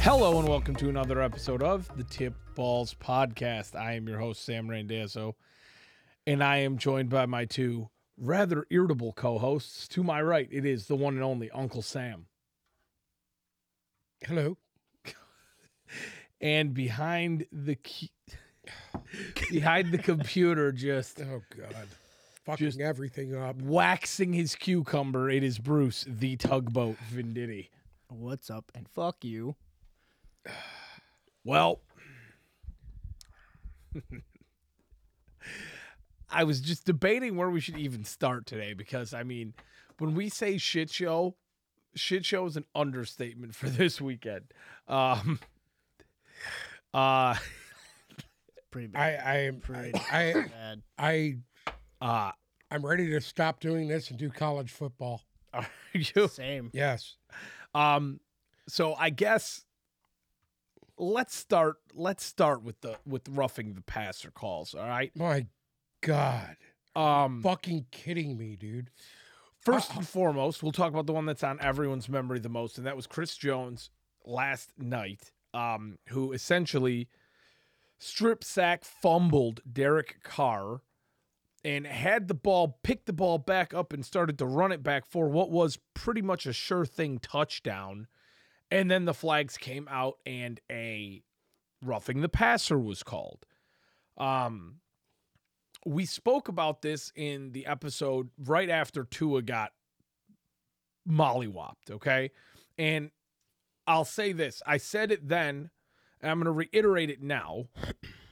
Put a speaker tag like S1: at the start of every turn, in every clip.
S1: Hello and welcome to another episode of the Tip Balls Podcast. I am your host, Sam Randazzo, and I am joined by my two rather irritable co hosts. To my right, it is the one and only Uncle Sam.
S2: Hello.
S1: And behind the key, behind the computer, just
S2: Oh God. Fucking
S1: Just-
S2: everything up.
S1: waxing his cucumber, it is Bruce, the tugboat Venditti.
S3: What's up? And fuck you.
S1: Well, I was just debating where we should even start today because I mean, when we say shit show, shit show is an understatement for this weekend. Um, uh,
S3: Pretty bad.
S2: I I am
S3: Pretty
S2: I
S3: bad.
S2: I
S1: uh,
S2: I'm ready to stop doing this and do college football.
S1: are you?
S3: Same.
S2: Yes.
S1: Um, so I guess let's start. Let's start with the with roughing the passer calls. All right.
S2: My God.
S1: Um,
S2: Fucking kidding me, dude.
S1: First
S2: Uh,
S1: and foremost, we'll talk about the one that's on everyone's memory the most, and that was Chris Jones last night, um, who essentially strip sack fumbled Derek Carr and had the ball, picked the ball back up, and started to run it back for what was pretty much a sure thing touchdown. And then the flags came out, and a roughing the passer was called. Um, we spoke about this in the episode right after Tua got mollywopped, okay? And I'll say this I said it then, and I'm going to reiterate it now.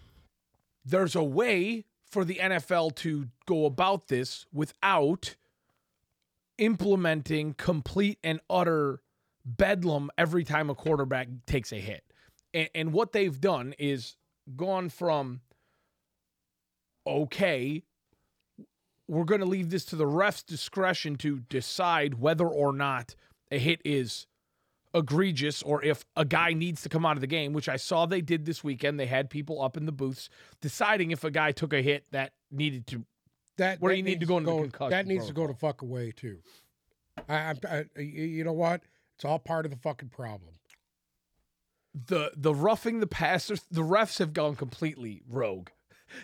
S1: There's a way for the NFL to go about this without implementing complete and utter bedlam every time a quarterback takes a hit. And, and what they've done is gone from okay, we're going to leave this to the ref's discretion to decide whether or not a hit is egregious or if a guy needs to come out of the game, which I saw they did this weekend. They had people up in the booths deciding if a guy took a hit that needed to.
S2: That
S1: Where
S2: that
S1: you need to
S2: needs
S1: go into the concussion
S2: that needs to go to
S1: protocol.
S2: fuck away too. I, I'm I, you- you know what? It's all part of the fucking problem.
S1: The the roughing the passer, the refs have gone completely rogue.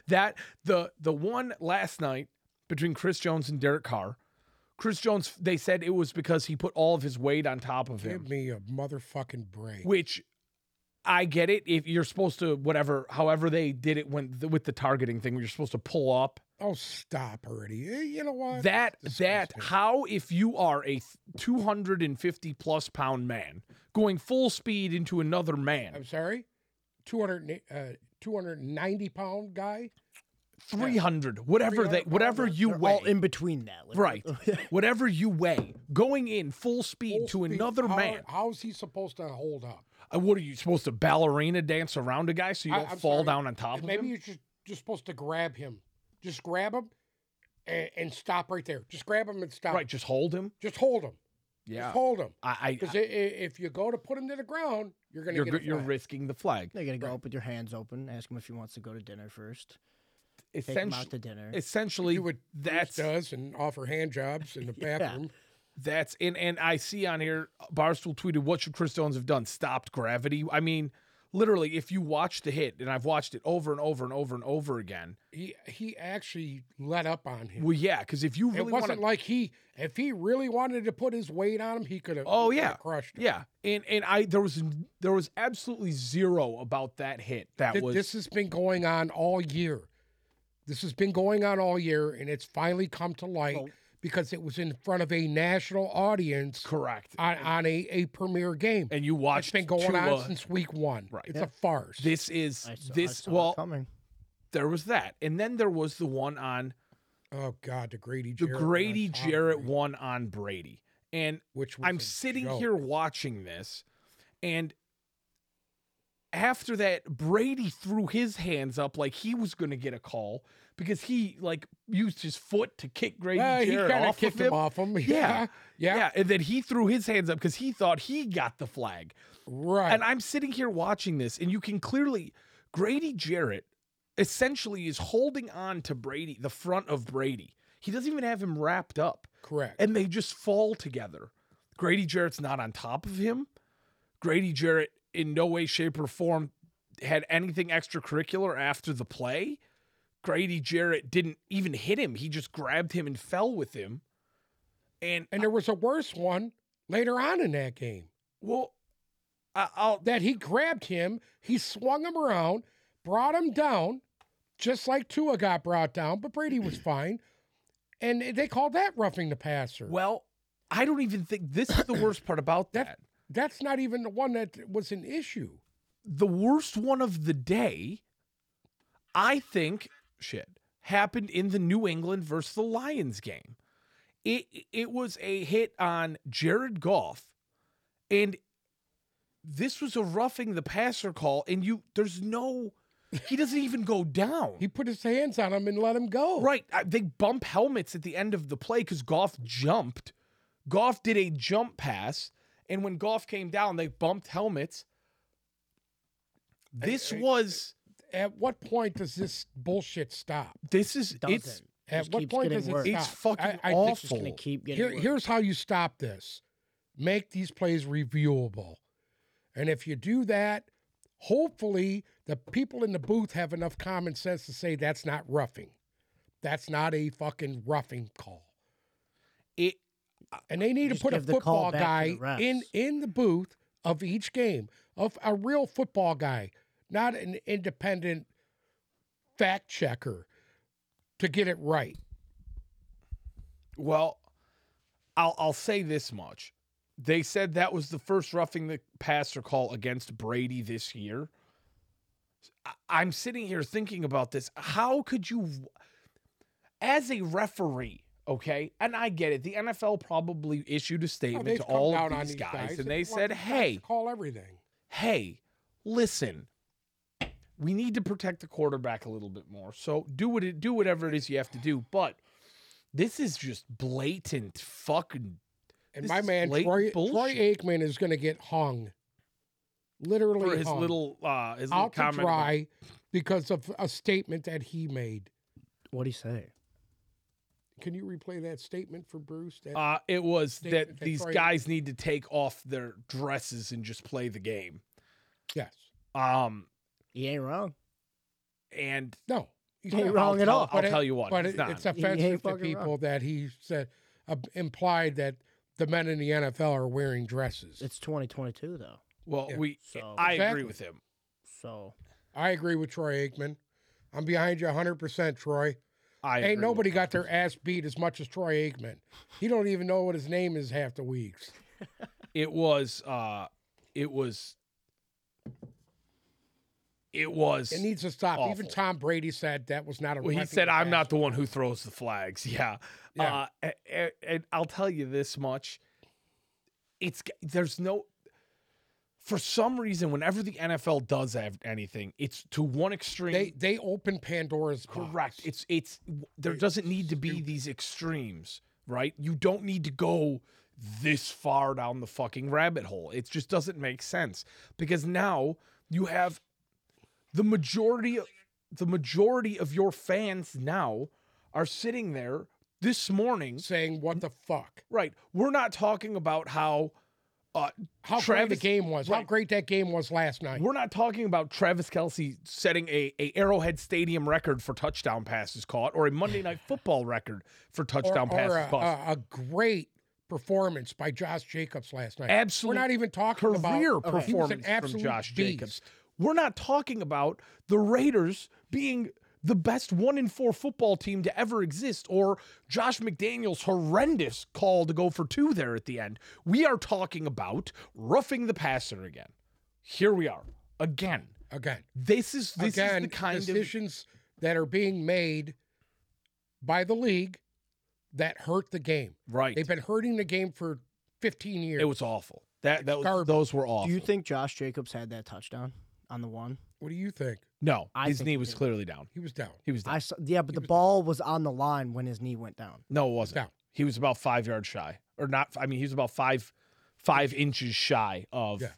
S1: That the the one last night between Chris Jones and Derek Carr, Chris Jones they said it was because he put all of his weight on top of him.
S2: Give me a motherfucking break.
S1: which I get it. If you're supposed to, whatever, however they did it when with the targeting thing, where you're supposed to pull up.
S2: Oh, stop already. Eh, You know what?
S1: That that
S2: disgusting.
S1: how if you are a 250 plus pound man going full speed into another
S2: I'm
S1: man,
S2: sorry. 200 uh, 290 pound guy
S1: 300, whatever they,
S2: 300
S1: whatever
S2: pounds,
S1: you
S3: They're
S1: weigh,
S3: all in between that. Like,
S1: Right. whatever you weigh, going in full speed to
S2: Full speed.
S1: another
S2: How-
S1: man.
S2: How's he supposed to hold up?
S1: Uh, What are you supposed to ballerina dance around a guy so you
S2: I-
S1: don't
S2: I'm
S1: fall
S2: sorry.
S1: down on top of
S2: Maybe
S1: him?
S2: you're just, just supposed to grab him. Just grab him and, and stop right there. Just grab him and stop.
S1: right, just hold him.
S2: Just hold him.
S1: Yeah,
S2: Just uh, hold him.
S1: I, I,
S2: Because if you go to put him to the ground, you're going to
S1: you're
S2: get a
S1: you're
S2: flag.
S1: risking the flag.
S3: They're gonna go
S2: Right.
S3: up with your hands open. Ask him if he wants to go to dinner first. Take him
S1: essentially,
S3: out to dinner.
S1: essentially
S2: Do what Bruce
S1: that's
S2: does and offer hand jobs in the
S3: Yeah.
S2: bathroom.
S1: that's and and I see on here Barstool tweeted what should Chris Jones have done? Stopped gravity. I mean, literally, if you watch the hit, and I've watched it over and over and over and over again.
S2: He he actually let up on him.
S1: Well, yeah, because if you
S2: it
S1: really want
S2: wasn't
S1: to,
S2: like he if he really wanted to put his weight on him, he could have.
S1: Oh, yeah.
S2: crushed him.
S1: yeah, and and I there was there was absolutely zero about that hit. That
S2: Th-
S1: was
S2: this has been going on all year. This has been going on all year, and it's finally come to light
S3: Well-
S2: because it was in front of a national audience
S1: correct,
S2: on, on a, a premier game.
S1: and you
S2: It's
S1: watched
S2: been going
S1: Tua-
S2: on since week one.
S1: Right.
S2: It's
S3: Yeah.
S2: a farce.
S1: This is
S3: I saw- I
S1: this.
S3: saw it
S1: Well,
S3: coming.
S1: there was that, and then there was the one on
S2: oh God, the Grady
S1: the
S2: Jarrett. one
S1: Grady
S2: on Tom
S1: Jarrett
S2: Brady,
S1: one on Brady, and
S2: which was
S1: I'm
S2: a
S1: sitting
S2: joke.
S1: here watching this, and after that, Brady threw his hands up like he was going to get a call because he like used his foot to kick Grady
S2: Well, he
S1: Jarrett
S2: kind of
S1: off of
S2: kicked
S1: him.
S2: him off him.
S1: Yeah.
S2: yeah,
S1: and then he threw his hands up because he thought he got the flag.
S2: right.
S1: And I'm sitting here watching this, and you can clearly Grady Jarrett essentially is holding on to Brady, the front of Brady. He doesn't even have him wrapped up
S2: Correct.
S1: and they just fall together. Grady Jarrett's not on top of him. Grady Jarrett in no way, shape, or form had anything extracurricular after the play. Grady Jarrett didn't even hit him. He just grabbed him and fell with him. And
S2: And there was a worse one later on in that game
S1: well, I, I'll
S2: that he grabbed him, he swung him around, brought him down, just like Tua got brought down, but Brady was fine. And they called that roughing the passer.
S1: well, I don't even think this is the worst part about
S2: That-
S1: that.
S2: That's not even the one that was an issue.
S1: the worst one of the day, I think, shit, happened in the New England versus the Lions game. It it was a hit on Jared Goff, and this was a roughing the passer call, and you there's no he doesn't even go down.
S2: He put his hands on him and let him go.
S1: Right. I- They bump helmets at the end of the play because Goff jumped. Goff did a jump pass. And when Goff came down, they bumped helmets. This
S2: I- I-
S1: was,
S2: At what point does this bullshit stop?
S1: this is,
S3: Doesn't.
S1: it's,
S2: At
S3: Just
S2: what
S3: keeps
S2: point
S3: getting
S2: does it
S3: worse.
S2: stop?
S1: it's fucking
S2: I, I think
S3: It's just gonna
S1: awful.
S3: keep getting
S2: Here,
S3: worse.
S2: here's how you stop this make these plays reviewable. And if you do that, hopefully the people in the booth have enough common sense to say that's not roughing. That's not a fucking roughing call.
S1: It,
S2: And they need
S3: Uh, Just
S2: to put a
S3: give the call
S2: football
S3: back to
S2: guy
S3: the refs.
S2: in in the booth of each game of a real football guy, not an independent fact checker to get it right.
S1: well, I'll, I'll say this much. They said that was the first roughing the passer call against Brady this year. I- I'm sitting here thinking about this. How could you, as a referee, okay? And I get it. The NFL probably issued a
S2: Oh,
S1: statement
S2: they've
S1: to
S2: come
S1: all
S2: down
S1: of
S2: on
S1: these, guys, and they
S2: want
S1: said,
S2: these guys to
S1: "Hey,
S2: call everything."
S1: hey, listen, we need to protect the quarterback a little bit more. So do what it do whatever it is you have to do. But this is just blatant fucking
S2: And
S1: This
S2: my
S1: is
S2: man
S1: blatant
S2: Troy, Troy
S1: bullshit.
S2: Aikman is going to get hung, literally
S1: for his
S2: hung,
S1: little uh his little
S2: out to
S1: comment. about-
S2: dry because of a statement that he made.
S3: what do you say?
S2: Can you replay that statement for Bruce? That,
S1: Uh, it was
S2: They-
S1: that
S2: they
S1: these
S2: throw you-
S1: guys need to take off their dresses and just play the game.
S2: yes.
S1: Um,
S3: He ain't wrong.
S1: and
S2: No. He's
S3: Ain't
S2: not.
S3: wrong.
S1: I'll
S3: at
S1: tell-
S3: all.
S1: I'll
S2: But it-
S1: tell you what,
S2: But
S1: it's
S2: it-
S1: not.
S2: it's
S3: He ain't
S2: offensive to
S3: fucking
S2: people
S3: wrong.
S2: that he said uh, implied that the men in the NFL are wearing dresses.
S3: It's 2022 though,
S1: well,
S2: yeah,
S1: we
S3: so
S1: I
S2: Exactly.
S1: agree with him.
S3: so
S2: I agree with Troy Aikman. I'm behind you 100%, Troy.
S1: I agree
S2: Ain't
S1: with
S2: nobody
S1: him.
S2: got their ass beat as much as Troy Aikman. He don't even know what his name is half the weeks.
S1: it was uh it was it was
S2: It needs to stop. Even
S1: Awful.
S2: Tom Brady said that was not a.
S1: well, he
S2: roughing
S1: said
S2: the
S1: i'm not
S2: passer."
S1: the one who throws the flags yeah,
S2: Yeah.
S1: uh a- a- and, i'll tell you this much it's g- there's no for some reason whenever the nfl does have anything it's to one extreme
S2: They they open Pandora's box.
S1: correct it's it's w- there
S2: It's
S1: doesn't need to be
S2: stupid.
S1: these extremes right you don't need to go this far down the fucking rabbit hole it just doesn't make sense because now you have the majority the majority of your fans now are sitting there this morning
S2: saying what the fuck.
S1: right we're not talking about how
S2: How great
S1: Travis-
S2: the game was. How
S1: right.
S2: great that game was last night.
S1: We're not talking about Travis Kelsey setting a, a Arrowhead Stadium record for touchdown passes caught or a Monday Night Football record for
S2: Or,
S1: touchdown passes
S2: or a,
S1: caught.
S2: a, a great performance by Josh Jacobs last night. We're
S1: absolute
S2: not even talking about
S1: career
S3: he was an
S1: performance from
S2: absolute
S1: Josh Jacobs.
S2: beast.
S1: We're not talking about the Raiders being the best one in four football team to ever exist or Josh McDaniel's horrendous call to go for two there at the end. We are talking about roughing the passer again. Here we are again.
S2: again.
S1: This is this
S2: again,
S1: is the kind of
S2: decisions that are being made by the league that hurt the game.
S1: Right.
S2: They've been hurting the game for 15 years.
S1: It was awful. That that was,
S2: garbage.
S1: those were awful.
S3: do you think Josh Jacobs had that touchdown on the one?
S2: what do you think?
S1: no,
S3: I
S1: his
S3: think
S1: knee
S3: he
S1: was
S3: did.
S1: clearly down.
S2: He was down.
S1: He was down.
S3: I saw, yeah, but the ball was on the line when his knee went down.
S1: no, it wasn't.
S2: down.
S1: He was about five yards shy, or not. I mean, he was about five five inches shy of.
S2: Yeah.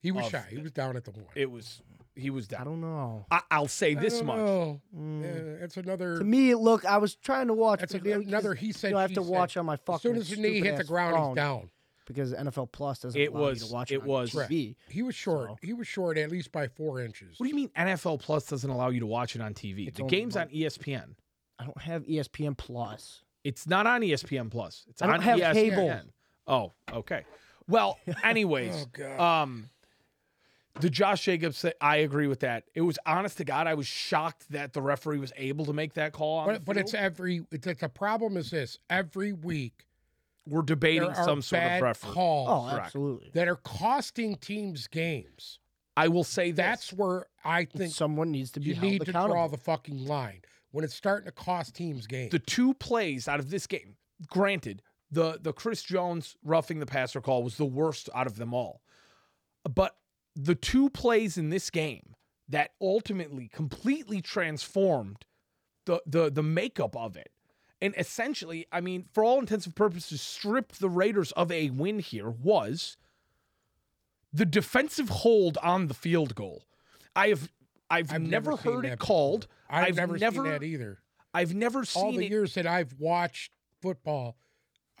S2: He was
S1: Of-
S2: shy. He was down at the one.
S1: It was. He was
S3: I
S1: down.
S3: don't know.
S1: I, I'll say
S2: I
S1: this
S2: don't
S1: much.
S2: know.
S3: Mm.
S2: Yeah, Uh, that's another.
S3: To me, it looked. I was trying to watch.
S2: that's
S3: because-
S2: another. He said.
S3: You know, I have
S2: she
S3: to
S2: said.
S3: watch on my
S2: As
S3: fucking.
S2: soon as his knee hit the
S3: stupid-ass
S2: ground,
S3: phone.
S2: he's down.
S3: because NFL Plus doesn't
S1: It
S3: allow you
S1: was-
S3: to watch
S1: it
S3: it. on
S1: was-
S3: TV.
S2: He was short.
S1: So-
S2: He was short at least by four inches.
S1: What do you mean NFL Plus doesn't allow you to watch it on TV?
S3: It's
S1: the
S3: only
S1: game's on
S3: on-
S1: E ESPN.
S3: I don't have E ESPN Plus.
S1: It's not on E ESPN Plus. It's
S3: I don't
S1: on E
S3: have
S1: ESPN.
S3: cable.
S1: Oh, okay. Well, anyways,
S2: Oh god.
S3: Uh,
S1: um, the Josh Jacobs. Say, I agree with that. It was honest to God. I was shocked that the referee was able to make that call. On the
S2: but but it's
S1: field.
S2: every. It's, the problem is this: every week
S1: we're debating
S2: there are
S1: some sort of
S2: bad
S1: referee.
S2: calls
S3: Oh,
S1: correct.
S3: absolutely.
S2: that are costing teams games.
S1: I will say this.
S2: That's where I think
S3: Someone needs to be
S2: you
S3: held
S2: need to
S3: accountable.
S2: draw the fucking line when it's starting to cost teams games.
S1: the two plays out of this game. Granted, the the Chris Jones roughing the passer call was the worst out of them all. But the two plays in this game that ultimately completely transformed the the the makeup of it. And essentially, I mean, for all intents and purposes, stripped the Raiders of a win here was the defensive hold on the field goal. I have I've,
S2: I've
S1: never,
S2: seen
S1: heard
S2: that
S1: it
S2: before.
S1: called.
S2: I've,
S1: I've
S2: never,
S1: never-
S2: seen that either.
S1: I've never
S2: All
S1: seen
S2: the
S1: it
S2: years that I've watched football,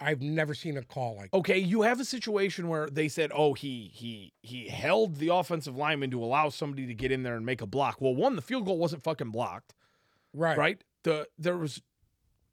S2: I've never seen a call like.
S1: okay, you have a situation where they said, "Oh, he he he held the offensive lineman to allow somebody to get in there and make a block." Well, one, the field goal wasn't fucking blocked,
S2: Right.
S1: right? The there was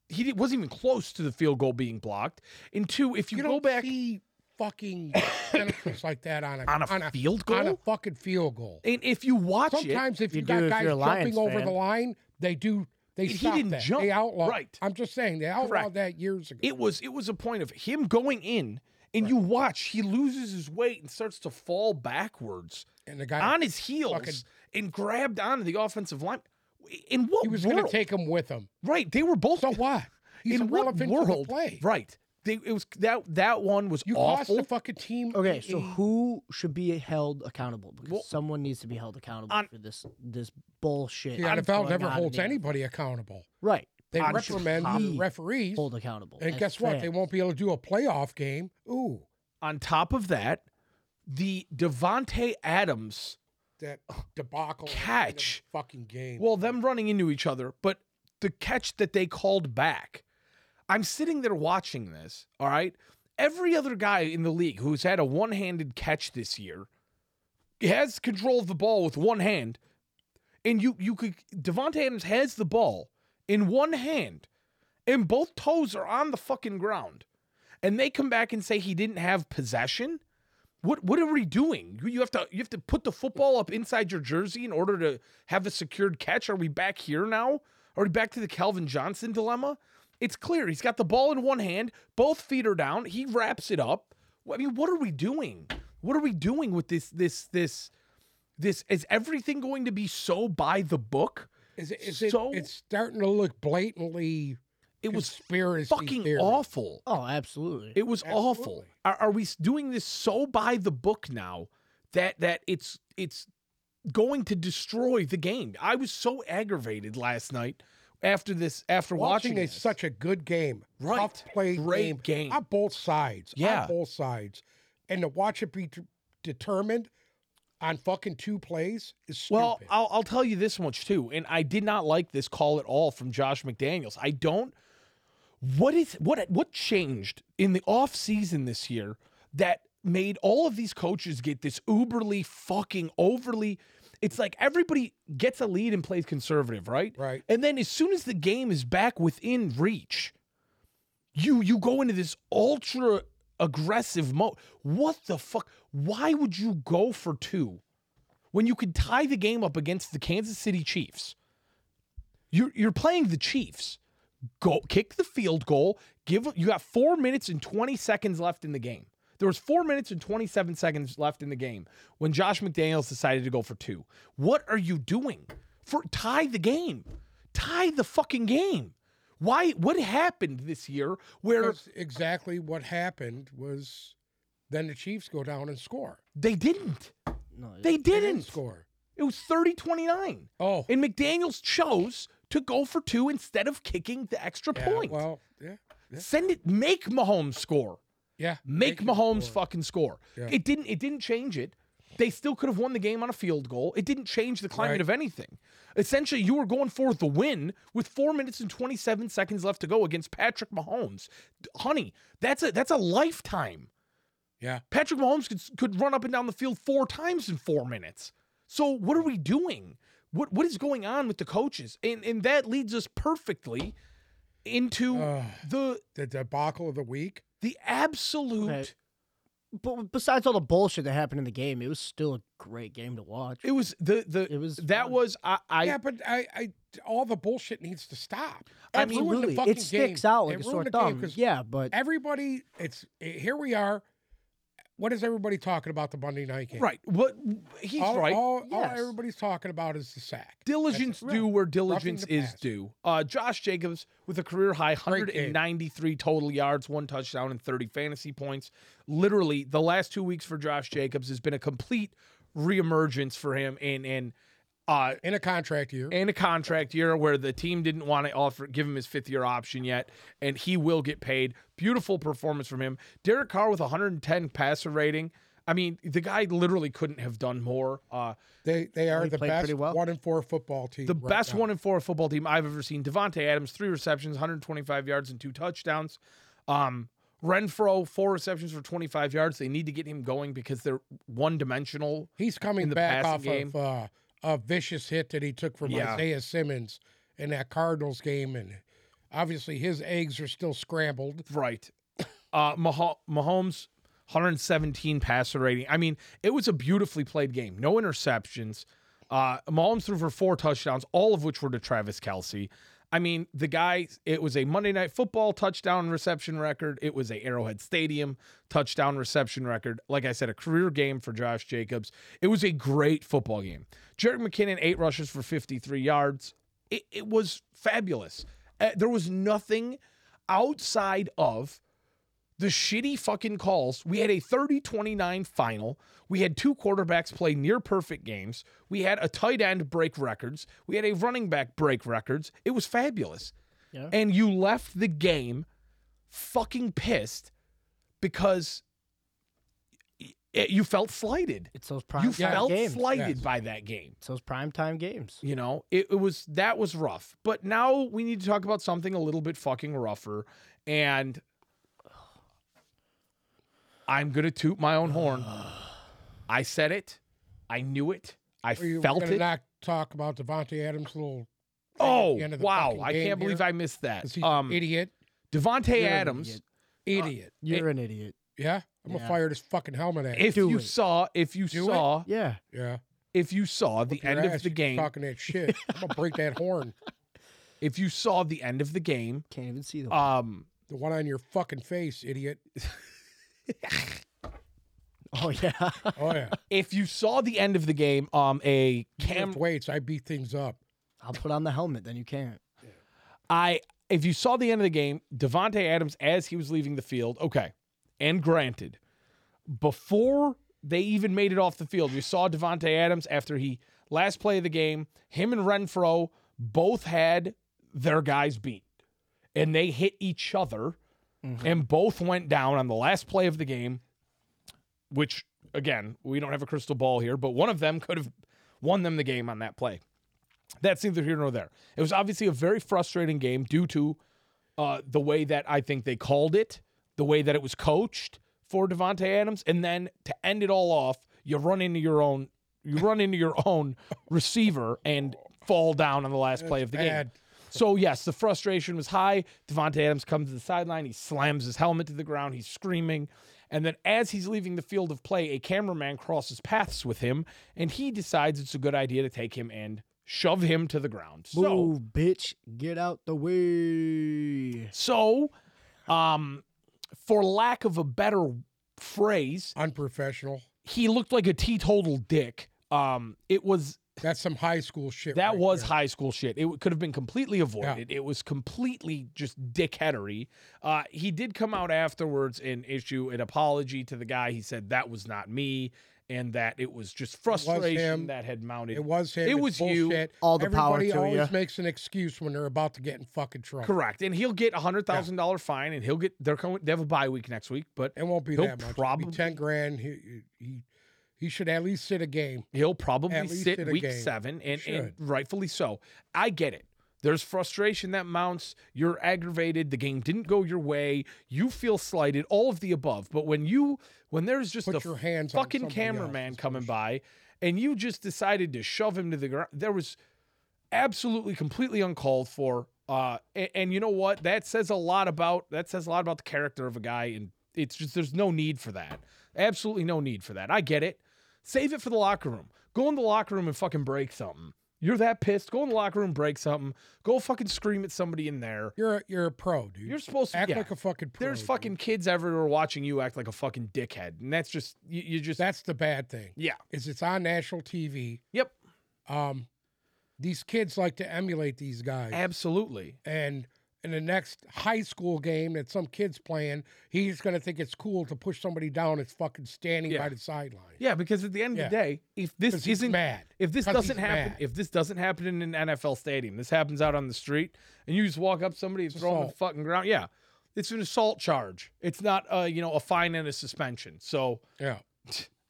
S1: he di- wasn't even close to the field goal being blocked. And two, if you,
S2: You
S1: go
S2: don't
S1: back
S2: see fucking penalties like that on a
S1: on a
S2: on a,
S1: field goal,
S2: on a fucking field goal.
S1: and if you watch
S2: Sometimes if
S3: You
S2: you,
S3: do
S2: got
S3: if
S2: guys
S3: you're a
S2: jumping
S3: Lions
S2: over
S3: fan.
S2: the line, they do. They
S1: He
S2: stop
S1: didn't
S2: that.
S1: jump.
S2: They outlaw.
S1: Right.
S2: I'm just saying they outlawed
S1: Correct.
S2: that years ago.
S1: it, it was it was a point of him going in, and you watch he loses his weight and starts to fall backwards
S2: and the guy
S1: on his heels
S2: fucking-
S1: and grabbed onto the offensive line. In what
S2: he was
S1: world?
S2: going to take him with him.
S1: Right. They were both
S2: So what? He's
S1: in what
S2: irrelevant to the
S1: world?
S2: play.
S1: Right. They, it was that that one was
S2: You cost
S1: awful.
S2: the fucking team.
S3: Okay, so
S2: a-
S3: who should be held accountable? Because
S1: Well,
S3: someone needs to be held accountable
S1: on-
S3: for this this bullshit.
S2: the
S3: that's
S2: NFL
S3: going
S2: never
S3: on in
S2: holds
S3: the-
S2: anybody accountable.
S3: Right,
S2: They
S1: I'm sure
S2: reprimand
S3: he
S2: the referees,
S3: hold accountable.
S2: and
S3: as
S2: guess what? They
S3: fans.
S2: won't be able to do a playoff game. Ooh,
S1: On top of that, the Devonte Adams.
S2: that debacle at the end of the
S1: Catch.
S2: fucking game.
S1: Well, them running into each other, but the catch that they called back. I'm sitting there watching this. All right. Every other guy in the league who's had a one-handed catch this year has control of the ball with one hand, and you you could Devonte Adams has the ball in one hand, and both toes are on the fucking ground, and they come back and say he didn't have possession. What what are we doing? You- You have to you have to put the football up inside your jersey in order to have a secured catch. Are we back here now? Are we back to the Calvin Johnson dilemma? It's clear he's got the ball in one hand, both feet are down. He wraps it up. I mean, what are we doing? What are we doing with this this this this? Is everything going to be so by the book?
S2: is it, is it,
S1: so-
S2: it's starting to look blatantly
S1: It was
S2: conspiracy
S1: fucking
S2: theory.
S1: awful.
S3: Oh, absolutely.
S1: It was awful.
S2: Absolutely.
S1: Are, are we s- doing this so by the book now that that it's it's going to destroy the game? I was so aggravated last night after this after watching,
S2: Watching is
S1: this.
S2: such a good game,
S1: Right.
S2: tough play
S1: Great
S2: game,
S1: game.
S2: on both sides. on
S1: Yeah.
S2: both sides, and to watch it be d- determined on fucking two plays is stupid.
S1: well, I'll, I'll tell you this much too, and I did not like this call at all from Josh McDaniels. I don't. What is what what changed in the off season this year that made all of these coaches get this uberly fucking overly? It's like everybody gets a lead and plays conservative, right?
S2: right.
S1: And then as soon as the game is back within reach, you you go into this ultra aggressive mode. What the fuck? Why would you go for two when you could tie the game up against the Kansas City Chiefs? You're you're playing the Chiefs. Go kick the field goal. Give you got four minutes and twenty seconds left in the game. There was four minutes and twenty-seven seconds left in the game when Josh McDaniels decided to go for two. What are you doing? For tie the game, tie the fucking game. Why? What happened this year where
S2: Because exactly what happened was then the Chiefs go down and score.
S1: they didn't?
S3: No, it-
S1: They didn't.
S2: score.
S1: It was 30-29.
S2: Oh,
S1: And McDaniels chose to go for two instead of kicking the extra
S2: yeah,
S1: point.
S2: Well, yeah,
S1: Send it. Make Mahomes score.
S2: yeah.
S1: Make
S2: him
S1: Mahomes
S2: score.
S1: fucking score.
S2: Yeah.
S1: It didn't. It didn't change it. They still could have won the game on a field goal. It didn't change the climate
S2: Right.
S1: of anything. Essentially, you were going for the win with four minutes and twenty-seven seconds left to go against Patrick Mahomes. D- Honey, that's a that's a lifetime.
S2: Yeah.
S1: Patrick Mahomes could, could run up and down the field four times in four minutes. So what are we doing? What what is going on with the coaches? And and that leads us perfectly into
S2: Ugh.
S1: the
S2: the debacle of the week.
S1: the absolute
S3: Okay. But besides all the bullshit that happened in the game, it was still a great game to watch.
S1: it was the the
S3: It was
S1: that
S3: fun.
S1: was I, I
S2: yeah, but I, I, all the bullshit needs to stop.
S1: I mean,
S2: It ruined the
S3: absolutely.
S2: fucking
S3: It sticks
S2: game.
S3: out like
S2: It
S3: a
S2: ruined
S3: sore
S2: the game
S3: thumb.
S2: 'cause
S3: Yeah, but
S2: Everybody, it's here we are. What is everybody talking about the Monday night game?
S1: right. What he's
S2: all,
S1: right.
S2: All, all
S3: Yes.
S2: everybody's talking about is the sack.
S1: diligence
S2: That's
S1: due
S2: right.
S1: where diligence
S2: the
S1: is
S2: pass.
S1: due. Uh, Josh Jacobs with a career high
S2: Great game.
S1: 193 total yards, one touchdown, and 30 fantasy points. Literally, the last two weeks for Josh Jacobs has been a complete reemergence for him, and and uh,
S2: In a contract year,
S1: and a contract year where the team didn't want to offer give him his fifth year option yet, and he will get paid. Beautiful performance from him. Derek Carr with 110 passer rating. I mean, the guy literally couldn't have done more. Uh,
S2: they they are
S3: He
S2: the
S3: played
S2: best
S3: pretty well.
S2: one and four football team.
S1: the
S2: right
S1: best
S2: now.
S1: one in four football team I've ever seen. Devonte Adams, three receptions, 125 yards, and two touchdowns. Um, Renfro, four receptions for 25 yards. They need to get him going because they're one dimensional.
S2: He's coming
S1: in the
S2: back
S1: passing
S2: off
S1: game.
S2: of uh, a vicious hit that he took from
S1: Yeah.
S2: Isaiah Simmons in that Cardinals game, and obviously his eggs are still scrambled.
S1: Right. Uh, Mah- Mahomes, 117 passer rating. I mean, it was a beautifully played game. No interceptions. Uh, Mahomes threw for four touchdowns, all of which were to Travis Kelsey. I mean, the guy, it was a Monday Night Football touchdown reception record. It was a Arrowhead Stadium touchdown reception record. Like I said, a career game for Josh Jacobs. It was a great football game. Jerick McKinnon, eight rushes for 53 yards. It, it was fabulous. Uh, there was nothing outside of the shitty fucking calls. We had a 30 29 final. We had two quarterbacks play near perfect games. We had a tight end break records. We had a running back break records. It was fabulous.
S3: Yeah.
S1: And you left the game fucking pissed because y- y- you felt slighted.
S3: it's those
S1: You
S3: prime time
S1: felt
S3: games.
S1: slighted
S2: yes.
S1: by that game.
S3: It's those prime time games.
S1: You know, it, it was that was rough. But now we need to talk about something a little bit fucking rougher. And I'm gonna toot my own horn. I said it. I knew it. I
S2: Are you
S1: felt
S2: gonna
S1: it.
S2: not talk about Devontae Adams' little
S1: oh
S2: end of the
S1: wow!
S2: fucking
S1: I
S2: game
S1: can't believe
S2: here?
S1: I missed that.
S2: 'cause he's
S1: Um,
S2: an idiot,
S1: Devonte
S3: You're an
S1: Adams. uh,
S3: idiot.
S2: idiot.
S3: You're an idiot.
S2: yeah, I'm gonna
S3: yeah.
S2: fire this fucking helmet at. him.
S1: If
S3: Do
S1: you
S3: it.
S1: saw, if you
S2: Do it.
S1: saw,
S3: Yeah.
S2: Yeah,
S1: if you saw the
S2: Your
S1: end
S2: ass,
S1: of the
S2: you
S1: game,
S2: talking that shit. I'm gonna break that horn,
S1: if you saw the end of the game,
S3: Can't even see them.
S1: um,
S2: the one on your fucking face, idiot.
S3: oh yeah.
S2: Oh yeah,
S1: if you saw the end of the game, um, a cam,
S2: lift weights. I beat things up.
S3: I'll put on the helmet, then you can't.
S1: I if you saw the end of the game, Devonte Adams as he was leaving the field, okay. And granted, before they even made it off the field, you saw Devonte Adams after he last play of the game, him and Renfro both had their guys beat. And they hit each other and both went down on the last play of the game, which again, we don't have a crystal ball here, but one of them could have won them the game on that play that's neither here nor there. It was obviously a very frustrating game due to uh, the way that I think they called it, the way that it was coached for Devonte Adams, and then to end it all off, you run into your own you run into your own receiver and fall down on the last play of the game.
S2: bad.
S1: So yes, the frustration was high. Devonte Adams comes to the sideline. He slams his helmet to the ground. He's screaming, and then as he's leaving the field of play, a cameraman crosses paths with him, and he decides it's a good idea to take him and shove him to the ground. So,
S3: Move, bitch. Get out the way.
S1: so, um, for lack of a better phrase,
S2: Unprofessional.
S1: he looked like a teetotal dick. Um, it was
S2: That's some high school shit.
S1: That
S2: right
S1: was
S2: there.
S1: high school shit. It could have been completely avoided. It was completely just dickheadery. Uh, he did come out afterwards and issue an apology to the guy. He said that was not me, and that it was just frustration
S2: him.
S1: that had mounted.
S2: It was him.
S1: It
S2: It's
S1: was you.
S2: bullshit.
S3: All the power
S2: Everybody
S3: to
S2: always
S3: ya.
S2: makes an excuse when they're about to get in fucking trouble.
S1: Correct, and he'll get a hundred thousand dollar fine, and he'll get they're coming. They have a bye week next week, but
S2: It won't be
S1: He'll
S2: that much. It'll be
S1: probably-
S2: ten grand. He, he he should at least sit a game.
S1: he'll probably
S2: At least
S1: sit
S2: in a
S1: week
S2: game.
S1: seven, and, and
S2: Should.
S1: rightfully so. I get it. There's frustration that mounts. You're aggravated. The game didn't go your way. You feel slighted. All of the above. But when you when there's just
S2: Put
S1: a
S2: your hands on
S1: fucking
S2: somebody
S1: cameraman
S2: else's
S1: coming
S2: bullshit.
S1: by, and you just decided to shove him to the ground, there was absolutely completely uncalled for. Uh, and, and you know what? That says a lot about that says a lot about the character of a guy, and it's just there's no need for that. Absolutely no need for that. I get it. Save it for the locker room. Go in the locker room and fucking break something. You're that pissed. Go in the locker room, break something. Go fucking scream at somebody in there.
S2: You're a, you're a pro, dude.
S1: You're supposed to
S2: act
S1: yeah.
S2: like a fucking pro.
S1: There's
S2: dude.
S1: fucking kids everywhere watching you act like a fucking dickhead, and that's just you, you just
S2: That's the bad thing.
S1: yeah.
S2: Is it's on national TV.
S1: Yep.
S2: Um, these kids like to emulate these guys.
S1: Absolutely.
S2: and in the next high school game that some kid's playing, he's going to think it's cool to push somebody down that's fucking standing
S1: Yeah.
S2: by the sideline.
S1: Yeah, because at the end
S2: Yeah.
S1: of the day, if this
S2: 'Cause he's
S1: isn't
S2: mad.
S1: if this
S2: 'Cause
S1: doesn't
S2: he's
S1: happen,
S2: mad.
S1: if this doesn't happen in an NFL stadium, this happens out on the street, and you just walk up to somebody and
S2: It's
S1: throw them in the
S2: assault.
S1: fucking ground. Yeah, it's an assault charge. It's not, uh, you know, a fine and a suspension. So
S2: Yeah.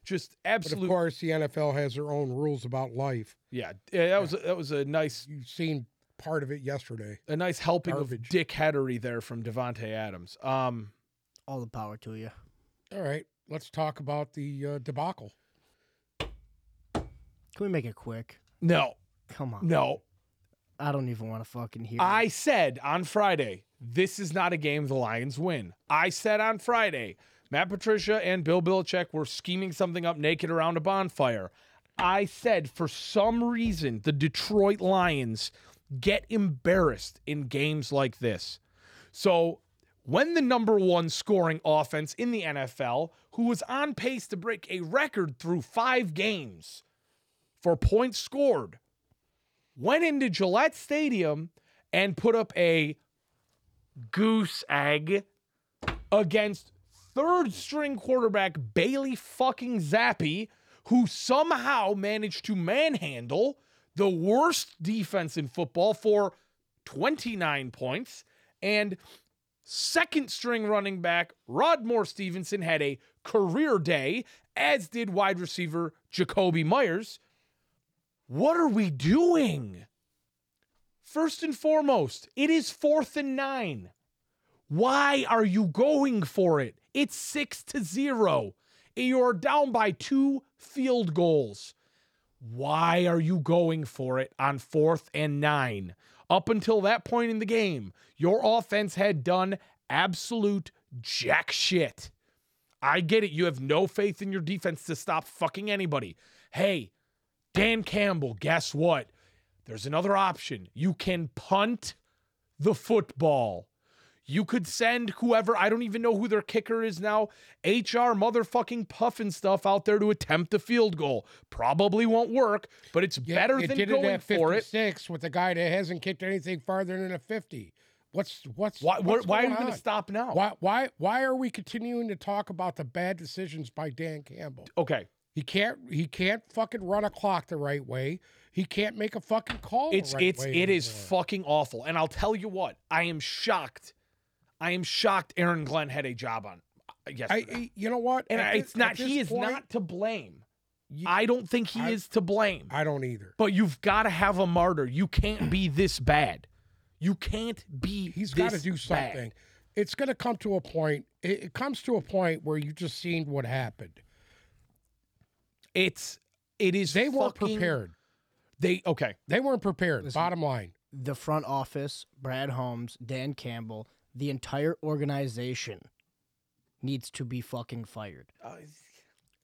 S1: just
S2: But of
S1: absolute.
S2: course, the NFL has their own rules about life.
S1: yeah, yeah, that was that was a nice
S2: You've seen part of it yesterday.
S1: a nice helping
S2: Garbage.
S1: of dickheadery there from Devonte Adams. Um,
S3: All the power to you.
S2: All right, let's talk about the uh, debacle.
S3: Can we make it quick?
S1: no,
S3: Come on.
S1: no,
S3: I don't even want to fucking hear. it.
S1: I said on Friday, this is not a game the Lions win. I said on Friday, Matt Patricia and Bill Belichick were scheming something up naked around a bonfire. I said for some reason the Detroit Lions get embarrassed in games like this. So when the number one scoring offense in the NFL, who was on pace to break a record through five games for points scored, went into Gillette Stadium and put up a goose egg against third string quarterback Bailey fucking Zappi, who somehow managed to manhandle the worst defense in football for 29 points. And second string running back Rodmore Stevenson had a career day, as did wide receiver Jacoby Myers. What are we doing? First and foremost, it is fourth and nine. Why are you going for it? It's six to zero. You're down by two field goals. Why are you going for it on fourth and nine? Up until that point in the game, your offense had done absolute jack shit. I get it. You have no faith in your defense to stop fucking anybody. Hey, Dan Campbell, guess what? There's another option. You can punt the football. You could send whoever, I don't even know who their kicker is now, HR motherfucking puffin stuff out there to attempt the field goal. Probably won't work, but it's
S2: Yeah,
S1: better
S2: you
S1: than
S2: did
S1: going
S2: it at
S1: for it.
S2: 56 with a guy that hasn't kicked anything farther than a 50. What's what's
S1: Why, why,
S2: what's
S1: why are
S2: going
S1: you going to
S2: on?
S1: stop now?
S2: Why why why are we continuing to talk about the bad decisions by Dan Campbell?
S1: Okay.
S2: He can't he can't fucking run a clock the right way. He can't make a fucking call. the
S1: It's
S2: right
S1: it's
S2: way
S1: it is
S2: anymore.
S1: fucking awful. And I'll tell you what, I am shocked. I am shocked Aaron Glenn had a job on uh,
S2: I,
S1: yesterday.
S2: I- you know what?
S1: and
S2: At
S1: I-
S2: thi-
S1: it's not
S2: at
S1: he
S2: this
S1: is
S2: point,
S1: not to blame.
S2: Ye-
S1: I don't think he
S2: I-
S1: is to blame.
S2: I don't either.
S1: but you've got to have a martyr. You can't be this bad. You can't be.
S2: He's
S1: got to
S2: do something. It's going to come to a point. It, it comes to a point where you just seen what happened.
S1: It's it is.
S2: They weren't
S1: fucking-
S2: prepared.
S1: They okay.
S2: They weren't prepared.
S3: Listen.
S2: bottom line,
S3: the front office, Brad Holmes, Dan Campbell, the entire organization needs to be fucking fired.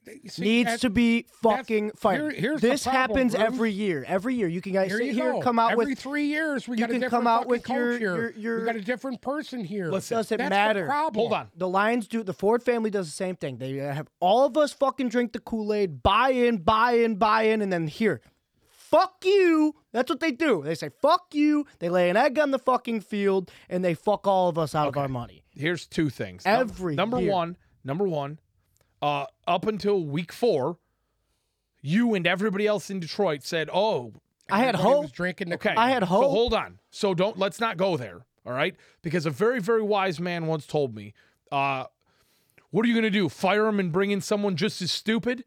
S2: They- you see,
S3: needs
S2: that-
S3: to be fucking fired.
S2: here- here's the
S3: this
S2: problem,
S3: happens
S2: Bruce.
S3: every year. Every year, you can guys
S2: Here
S3: sit
S2: you
S3: here,
S2: go.
S3: come out
S2: every
S3: with.
S2: three years. We
S3: you
S2: got a
S3: can
S2: different
S3: come out
S2: fucking
S3: with your-
S2: coach here.
S3: your- your-
S2: we got a different person here.
S1: Listen.
S3: Doesn't
S2: That's the
S3: matter.
S2: problem.
S1: Hold on.
S3: The Lions do. The Ford family does the same thing. They uh, have all of us fucking drink the Kool Aid, buy in, buy in, buy in, and then here, fuck you. That's what they do. They say fuck you. They lay an egg on the fucking field, and they fuck all of us out of our money.
S1: Here's two things. Num-
S3: Every
S1: number
S3: year.
S1: one, number one, uh, up until week four, you and everybody else in Detroit said, "Oh,
S3: I had
S2: Everybody was
S3: hope.
S2: drinking the
S1: Okay.
S3: I had
S1: So
S3: hope.
S1: hold on. So don't let's not go there. All right. Because a very, very wise man once told me, uh, what are you gonna do? Fire him and bring in someone just as stupid?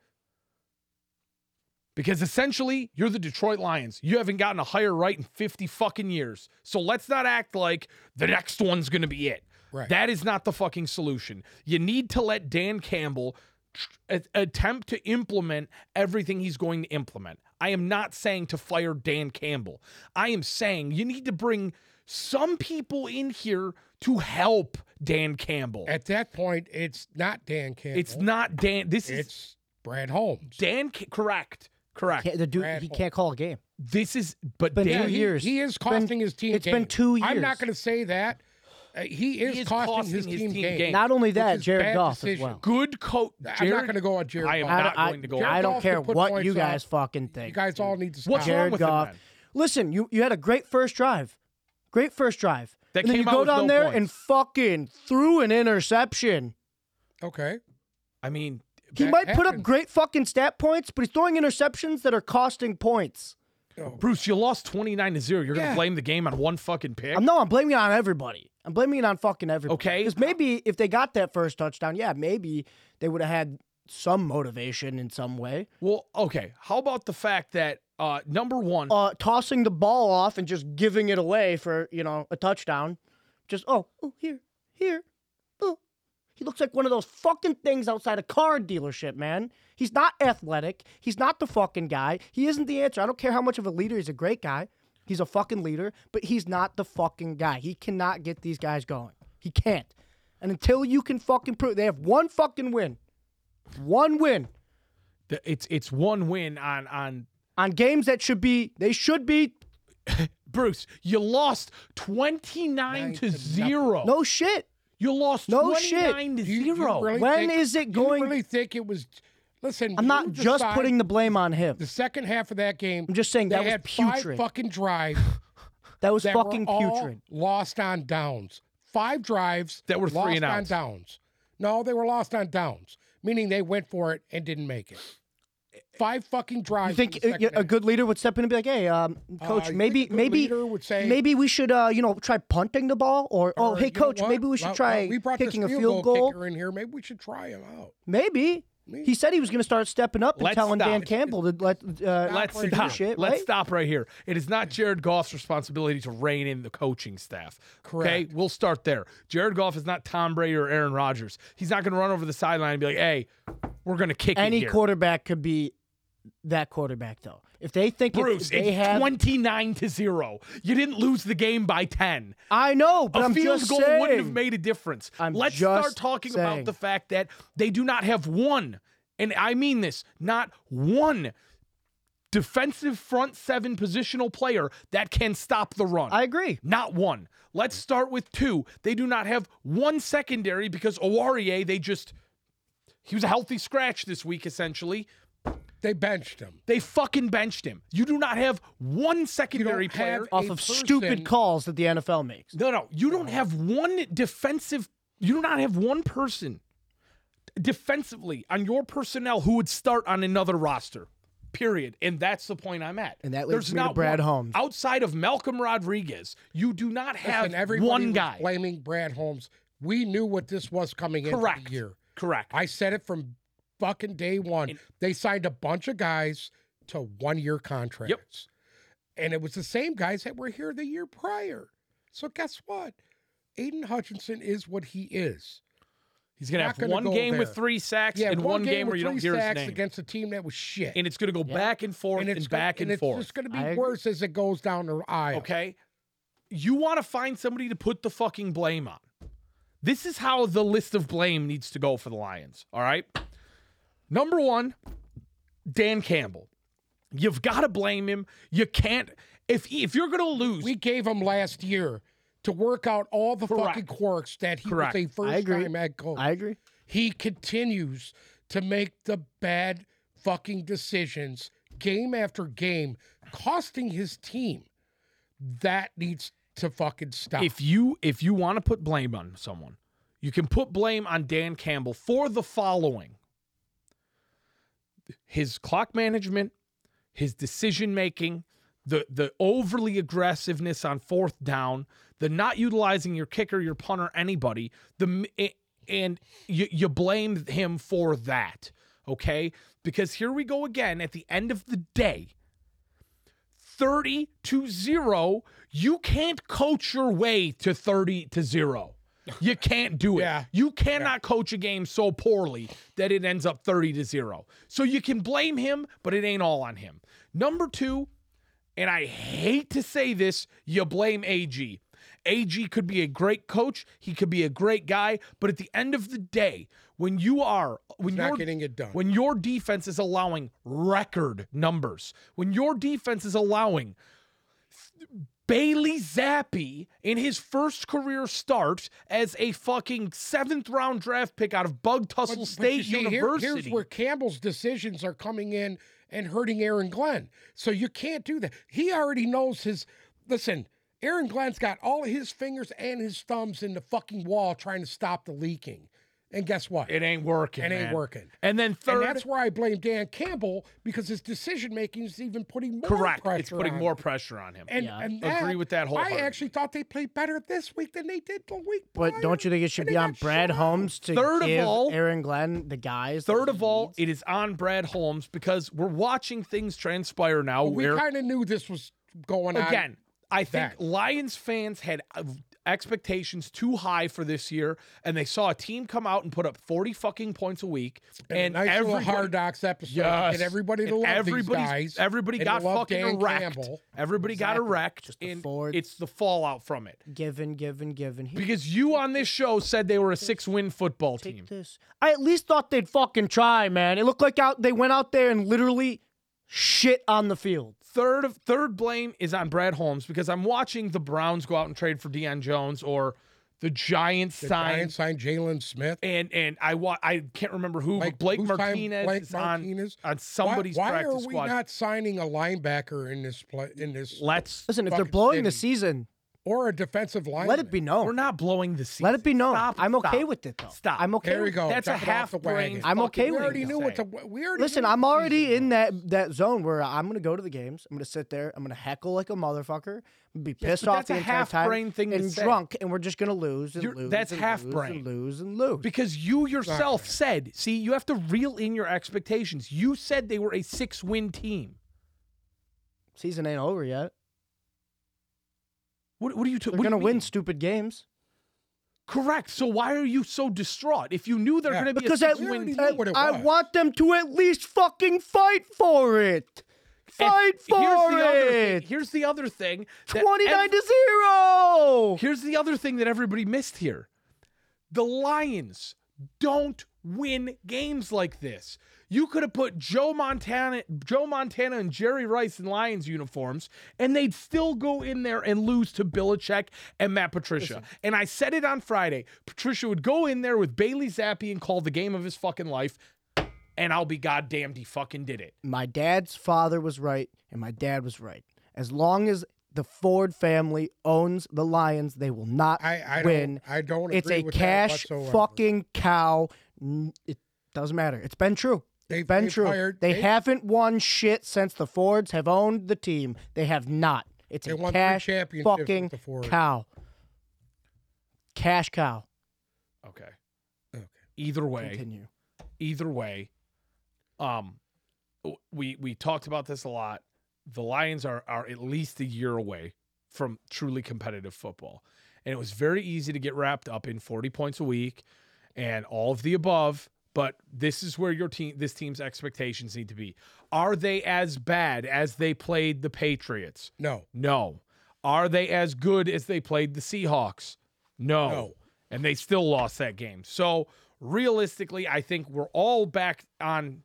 S1: Because essentially, you're the Detroit Lions. You haven't gotten a higher right in 50 fucking years. So let's not act like the next one's going to be it.
S2: Right.
S1: That is not the fucking solution. You need to let Dan Campbell tr- a- attempt to implement everything he's going to implement. I am not saying to fire Dan Campbell. I am saying you need to bring some people in here to help Dan Campbell.
S2: At that point, it's not Dan Campbell.
S1: It's not Dan. This is
S2: It's Brad Holmes.
S1: Dan. Ca- Correct. Correct.
S3: Can't, the dude,
S2: Brad
S3: he
S2: Hall.
S3: can't call a game.
S1: This is, but
S3: But
S1: Dan
S3: two
S2: he,
S3: years.
S2: He is
S3: It's been-
S2: costing his team.
S3: it's been
S2: games.
S3: two
S2: I'm not
S3: years.
S2: going to say that. Uh, he is,
S1: is
S2: costing,
S1: costing
S2: his,
S1: his
S2: team,
S1: team
S2: games.
S1: games.
S3: Not only that,
S2: is
S3: Jared
S2: bad
S3: Goff
S2: decision.
S3: as well.
S1: good coach.
S2: I'm not going to go on Jared.
S1: I am
S2: Goff.
S1: not
S3: I, I-
S1: going to go.
S3: I
S2: Jared
S3: don't
S2: Goff
S3: care
S2: could put
S3: what you
S2: points up.
S3: guys fucking think.
S2: You guys all need to stop.
S1: What's wrong
S3: Jared
S1: with him,
S3: Goff.
S1: then?
S3: Listen, you, you had a great first drive. Great first drive.
S1: That
S3: and then
S1: came
S3: you
S1: out
S3: go
S1: with
S3: down
S1: no
S3: there
S1: points.
S3: and fucking threw an interception.
S2: Okay.
S1: I mean,
S3: He
S2: That
S3: might put up
S2: happens.
S3: great fucking stat points, but he's throwing interceptions that are costing points.
S1: Bruce, you lost twenty nine to zero. You're going
S2: Yeah.
S1: to blame the game on one fucking pick.
S3: I'm no, I'm blaming it on everybody. I'm blaming it on fucking everybody.
S1: Okay.
S3: Because maybe if they got that first touchdown, yeah, maybe they would have had some motivation in some way.
S1: well, okay. How about the fact that uh, number one,
S3: Uh, tossing the ball off and just giving it away for you know a touchdown, just oh oh here here, oh, he looks like one of those fucking things outside a car dealership, man. He's not athletic. He's not the fucking guy. He isn't the answer. I don't care how much of a leader he's a great guy. He's a fucking leader, but he's not the fucking guy. He cannot get these guys going. He can't. And until you can fucking prove they have one fucking win, one win
S1: the- it's it's one win on on
S3: on games that should be they should be
S1: Bruce. You lost twenty nine
S2: Nine
S1: to
S2: to nothing.
S1: zero.
S3: no shit.
S1: you lost
S3: No
S1: twenty nine to
S2: Do you- do you
S1: zero.
S2: really
S3: When
S2: think-
S3: is it
S2: do
S3: going-
S2: You really think it was? Listen,
S3: I'm
S2: you
S3: not just
S2: decide
S3: putting the blame on him.
S2: the second half of that game.
S3: I'm just saying
S2: they
S3: that was
S2: had
S3: putrid.
S2: five fucking drives
S3: That was
S2: that
S3: fucking
S2: were all
S3: putrid.
S2: lost on downs. Five drives
S1: That were three
S2: lost
S1: and
S2: on
S1: outs.
S2: downs. No, they were lost on downs, meaning they went for it and didn't make it. Five fucking drives.
S3: You
S2: in
S3: think
S2: the
S3: a,
S2: second
S3: a
S2: half.
S3: good leader would step in and be like, "Hey, um,
S2: Uh,
S3: coach,
S2: you
S3: maybe,
S2: think a good
S3: maybe,
S2: leader would say-
S3: maybe we should, uh, you know, try punting the ball, or, oh,
S2: Or,
S3: hey,
S2: you know
S3: coach,
S2: what?
S3: maybe we should
S2: Well,
S3: try
S2: well, we brought this
S3: kicking a field goal.
S2: kicker in here. Maybe we should try him out.
S3: Maybe."
S2: Me.
S3: He said he was going to start stepping up and
S1: Let's
S3: telling Dan
S1: stop.
S3: Campbell to let uh,
S1: Let's
S3: do
S1: stop.
S3: shit,
S1: Let's
S3: right?
S1: stop right here. It is not Jared Goff's responsibility to rein in the coaching staff.
S2: Correct.
S1: Okay, we'll start there. Jared Goff is not Tom Brady or Aaron Rodgers. He's not going to run over the sideline and be like, "Hey, we're going to kick it
S3: Any
S1: here."
S3: quarterback could be that quarterback, though. If they think it's-
S1: Bruce,
S3: they
S1: it's
S3: have,
S1: twenty nine to zero. You didn't lose the game by ten.
S3: I know,
S1: A
S3: but I'm
S1: field
S3: just
S1: goal
S3: saying.
S1: wouldn't have made a difference.
S3: I'm
S1: Let's
S3: just
S1: start talking
S3: saying.
S1: about the fact that they do not have one, and I mean this, not one defensive front seven positional player that can stop the run.
S3: I agree.
S1: Not one. Let's start with two. They do not have one secondary because Owarie, they just he was a healthy scratch this week essentially.
S2: They benched him.
S1: They fucking benched him. You do not have one secondary
S2: don't
S1: player.
S2: have a
S3: Off of stupid
S2: person-
S3: calls that the NFL makes.
S1: no, no. You don't have one defensive you do not have one person defensively on your personnel who would start on another roster. Period. And that's the point I'm at.
S3: And that leads
S1: There's
S3: me to
S1: not
S3: Brad
S1: one.
S3: Holmes.
S1: Outside of Malcolm Rodriguez, you do not have
S2: Listen, everybody
S1: one
S2: was
S1: guy.
S2: blaming Brad Holmes. We knew what this was coming in
S1: Correct.
S2: the year.
S1: Correct.
S2: I said it from fucking day one. they signed a bunch of guys to one year contracts. And it was the same guys that were here the year prior. So guess what? Aiden Hutchinson is what he is.
S1: He's gonna
S2: Not
S1: have
S2: gonna
S1: one
S2: go
S1: game with
S2: there.
S1: three sacks
S2: Yeah,
S1: and one, game,
S2: with
S1: where you
S2: three
S1: don't hear his
S2: sacks
S1: name,
S2: against a team that was shit.
S1: and it's gonna go back and forth and,
S2: it's gonna-
S1: back and,
S2: it's
S1: forth.
S2: just going to
S3: I
S2: be
S3: agree.
S2: worse as it goes down the aisle.
S1: okay, you want to find somebody to put the fucking blame on. This is how the list of blame needs to go for the Lions. All right, number one, Dan Campbell. You've got to blame him. You can't if he- if you're gonna lose.
S2: We gave him last year to work out all the
S1: Correct.
S2: fucking quirks that he
S1: Correct.
S2: was a
S3: I
S2: first
S3: agree.
S2: time head coach.
S3: I agree.
S2: he continues to make the bad fucking decisions game after game, costing his team. That needs to fucking stop.
S1: if you if you want to put blame on someone, you can put blame on Dan Campbell for the following: his clock management, his decision making, the the overly aggressiveness on fourth down, the not utilizing your kicker, your punter, anybody. The m- a- and you you blame him for that. okay? Because here we go again at the end of the day. 30 to 0, you can't coach your way to 30 to 0. You can't do it.
S2: Yeah.
S1: You cannot coach a game so poorly that it ends up 30 to 0. So you can blame him, but it ain't all on him. Number 2, and I hate to say this, you blame AG. AG could be a great coach, he could be a great guy, but at the end of the day, when you are when
S2: Not
S1: you're
S2: getting it done.
S1: when your defense is allowing record numbers, when your defense is allowing Bailey Zappi in his first career start as a fucking seventh round draft pick out of Bug Tussle
S2: But- but
S1: State
S2: you see, here-
S1: University.
S2: here's where Campbell's decisions are coming in and hurting Aaron Glenn. So you can't do that. He already knows his. Listen, Aaron Glenn's got all of his fingers and his thumbs in the fucking wall trying to stop the leaking. And guess what?
S1: it ain't working.
S2: It ain't
S1: man.
S2: working.
S1: And then
S2: and
S1: third,
S2: that's where I blame Dan Campbell because his decision making is even putting more
S1: correct.
S2: pressure.
S1: It's putting
S2: on
S1: more
S2: him.
S1: pressure on him.
S2: And,
S3: Yeah.
S2: and
S1: Agree with that
S2: I
S1: wholeheartedly.
S2: actually thought they played better this week than they did the week.
S3: But don't you think it should be on Brad
S2: Holmes?
S3: Holmes to
S1: Third of
S3: give
S1: all-
S3: Aaron Glenn the guys? that
S1: Third
S3: he
S1: of all,
S3: needs?
S1: it is on Brad Holmes because we're watching things transpire now.
S2: Oh, We
S1: where
S2: kind of knew this was going on.
S1: again, I think
S2: that.
S1: Lions fans had uh, expectations too high for this year, and they saw a team come out and put up forty fucking points a week,
S2: and
S1: and,
S2: nice little
S1: everybody-
S2: hard docs episode
S1: Yes.
S2: and everybody to
S1: And
S2: love these
S1: everybody's-
S2: guys.
S1: Everybody
S2: and to
S1: got
S2: love
S1: fucking
S2: Dan
S1: wrecked.
S2: Campbell.
S1: Everybody got
S3: Exactly.
S1: wrecked,
S3: Just the
S1: and
S3: Ford.
S1: it's the fallout from it.
S3: given, given, given. Here,
S1: Because you on this show said they were a six-win football
S3: take
S1: team.
S3: this. I at least thought they'd fucking try, man. It looked like out they went out there and literally shit on the field.
S1: Third of third blame is on Brad Holmes because I'm watching the Browns go out and trade for Deion Jones or the Giants
S2: The
S1: sign
S2: Giants signed Jalen Smith.
S1: and and I wa- I can't remember who
S2: Blake-
S1: but Blake
S2: who's signed
S1: Martinez
S2: Blake
S1: is
S2: Martinez?
S1: on on somebody's
S2: why, why are
S1: practice
S2: we
S1: squad.
S2: not signing a linebacker in this play in this
S1: Let's
S3: Listen, if they're
S2: Fucking
S3: blowing the
S2: city.
S3: season,
S2: or a defensive lineman?
S3: let it be known.
S1: we're not blowing the season.
S3: Let it be known.
S1: Stop,
S3: I'm okay
S1: stop,
S3: with it though.
S1: Stop.
S3: I'm okay.
S2: There we
S3: with
S2: go.
S1: That's a
S2: Duck it off
S1: half
S2: the
S1: brain.
S2: wagon.
S3: I'm okay
S2: We
S3: with
S2: already
S3: it.
S2: knew what to. We already
S3: Listen,
S2: knew
S3: I'm
S2: what the
S3: already
S2: season
S3: in
S2: was.
S3: that that zone where I'm gonna go to the games. I'm gonna sit there. I'm gonna heckle like a motherfucker. Be pissed
S1: but
S3: off
S1: that's
S3: the
S1: a
S3: entire time
S1: half-brained thing to
S3: and
S1: say.
S3: drunk, and we're just gonna lose and
S1: You're-
S3: lose.
S1: that's
S3: and lose
S1: half-brained.
S3: and lose and lose.
S1: because you yourself said, see, you have to reel in your expectations. You said they were a six win team.
S3: Season ain't over yet.
S1: What, what are you t-
S3: They're
S1: what do
S3: gonna
S1: you
S3: win
S1: mean?
S3: stupid games.
S1: Correct. So why are you so distraught? If you knew they're
S2: Yeah.
S1: going to be
S3: Because
S1: a
S3: at,
S1: six win
S2: already
S1: team,
S2: know
S3: at-
S2: what it
S3: I
S2: was.
S3: want them to at least fucking fight for it.
S1: And
S3: Fight for
S1: here's the other thing-
S3: it.
S1: here's the other thing. that
S3: Twenty nine
S1: ev-
S3: to zero.
S1: Here's the other thing that everybody missed here. The Lions don't win games like this. You could have put Joe Montana, Joe Montana and Jerry Rice in Lions uniforms, and they'd still go in there and lose to Belichick and Matt Patricia. And I said it on Friday. Patricia would go in there with Bailey Zappi and call the game of his fucking life, and I'll be goddamned he fucking did it.
S3: my dad's father was right and my dad was right. As long as the Ford family owns the Lions, they will not
S2: I, I
S3: win.
S2: Don't, I don't.
S3: it's
S2: agree
S3: a
S2: with that
S3: cash
S2: whatsoever.
S3: fucking cow. N- It doesn't matter. It's been true.
S2: They've
S3: Been
S2: they've
S3: true.
S2: hired-
S3: they
S2: they've
S3: haven't won shit since the Fords have owned the team. They have not. It's
S2: They
S3: a
S2: won three
S3: cash
S2: championships with
S3: fucking
S2: the Fords.
S3: cow. Cash cow.
S1: Okay.
S2: Okay.
S1: Either way.
S3: Continue.
S1: either way um w- we we talked about this a lot the lions are are at least a year away from truly competitive football and it was very easy to get wrapped up in 40 points a week and all of the above but this is where your team this team's expectations need to be are they as bad as they played the patriots
S2: No.
S1: no are they as good as they played the seahawks
S2: No.
S1: and they still lost that game. So realistically, I think we're all back on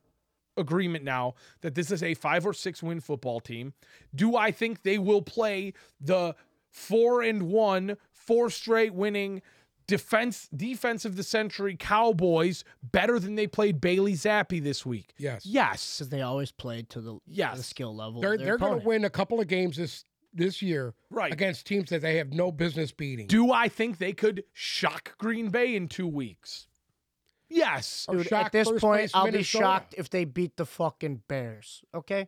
S1: agreement now that this is a five or six win football team. Do I think they will play the four and one, four straight winning defense defense of the century Cowboys better than they played Bailey Zappi this week?
S2: Yes.
S1: Yes.
S3: Because they always played to the,
S1: Yes.
S3: the skill level. of
S2: They're
S3: their
S2: they're going
S3: opponent.
S2: to win a couple of games this this year
S1: Right.
S2: against teams that they have no business beating.
S1: Do I think they could shock Green Bay in two weeks? Yes.
S2: Or
S3: Dude,
S2: Oh, shock
S3: at this
S2: first
S3: point,
S2: place
S3: I'll be
S2: Minnesota.
S3: shocked if they beat the fucking Bears. Okay,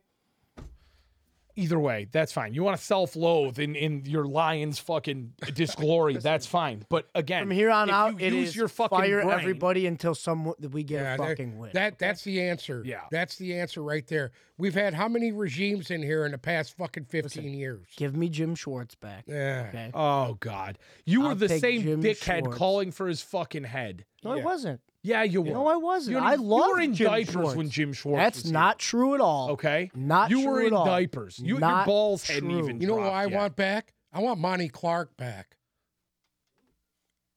S1: Either way, that's fine. You want to self-loathe in, in your lion's fucking disglory, that's fine. But again,
S3: From here on
S1: if
S3: out,
S1: you
S3: it
S1: use
S3: is
S1: your fucking
S3: fire
S1: brain-
S3: everybody until someone that we get
S2: Yeah,
S3: a
S2: that-
S3: fucking win.
S2: That that's the answer.
S1: Yeah.
S2: that's the answer right there. We've had how many regimes in here in the past fucking fifteen years?
S3: Give me Jim Schwartz back.
S2: Yeah.
S3: Okay.
S1: Oh God, you were
S3: I'll
S1: the
S3: take
S1: same
S3: Jim
S1: dickhead
S3: Schwartz.
S1: calling for his fucking head.
S3: No,
S2: Yeah.
S3: I wasn't.
S1: Yeah, you were.
S3: No, I wasn't.
S1: You,
S3: I
S1: you
S3: love
S1: were in
S3: Jim
S1: diapers
S3: Schwartz.
S1: when Jim Schwartz.
S3: That's
S1: was here,
S3: not true at all.
S1: okay.
S3: Not
S1: you
S3: true
S1: were
S3: at
S1: in
S3: all.
S1: diapers. You, your
S3: Not
S1: balls hadn't
S3: true.
S1: even.
S2: You know what
S1: dropped
S2: I
S1: yet.
S2: want back? I want Monty Clark back.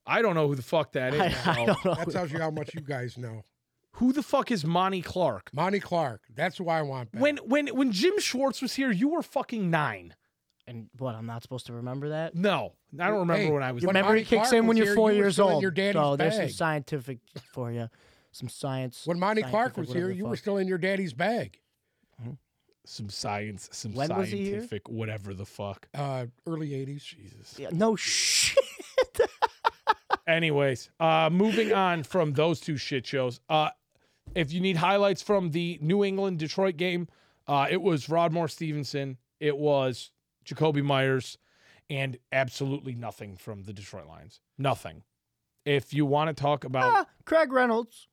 S1: I don't know who the fuck that is.
S3: I, I don't know.
S2: That tells you how much you guys know.
S1: Who the fuck is Monty Clark?
S2: Monty Clark. That's who I want back.
S1: When when when Jim Schwartz was here, you were fucking nine.
S3: And what? I'm not supposed to remember that.
S1: No, I don't remember
S2: Hey,
S1: when I was.
S2: you
S1: nine.
S2: When
S3: Memory
S2: Monty
S3: kicks
S2: Clark
S3: in
S2: was
S3: when you're
S2: here,
S3: four
S2: you were
S3: years
S2: still in
S3: old.
S2: your daddy's
S3: so there's some
S2: bag.
S3: scientific for you. Some science.
S2: when Monty Clark
S3: scientific,
S2: was
S3: whatever
S2: here,
S3: the
S2: you were
S3: fuck.
S2: still in your daddy's bag.
S1: Some science, some
S3: When was he here?
S1: scientific, whatever the fuck.
S2: Uh, early '80s.
S1: Jesus.
S3: Yeah, no shit.
S1: Anyways, uh, moving on from those two shit shows. Uh, if you need highlights from the New England Detroit game, uh, it was Rodmore Stevenson, it was Jacoby Myers, and absolutely nothing from the Detroit Lions. Nothing. If you want to talk about,
S3: Ah, Craig Reynolds.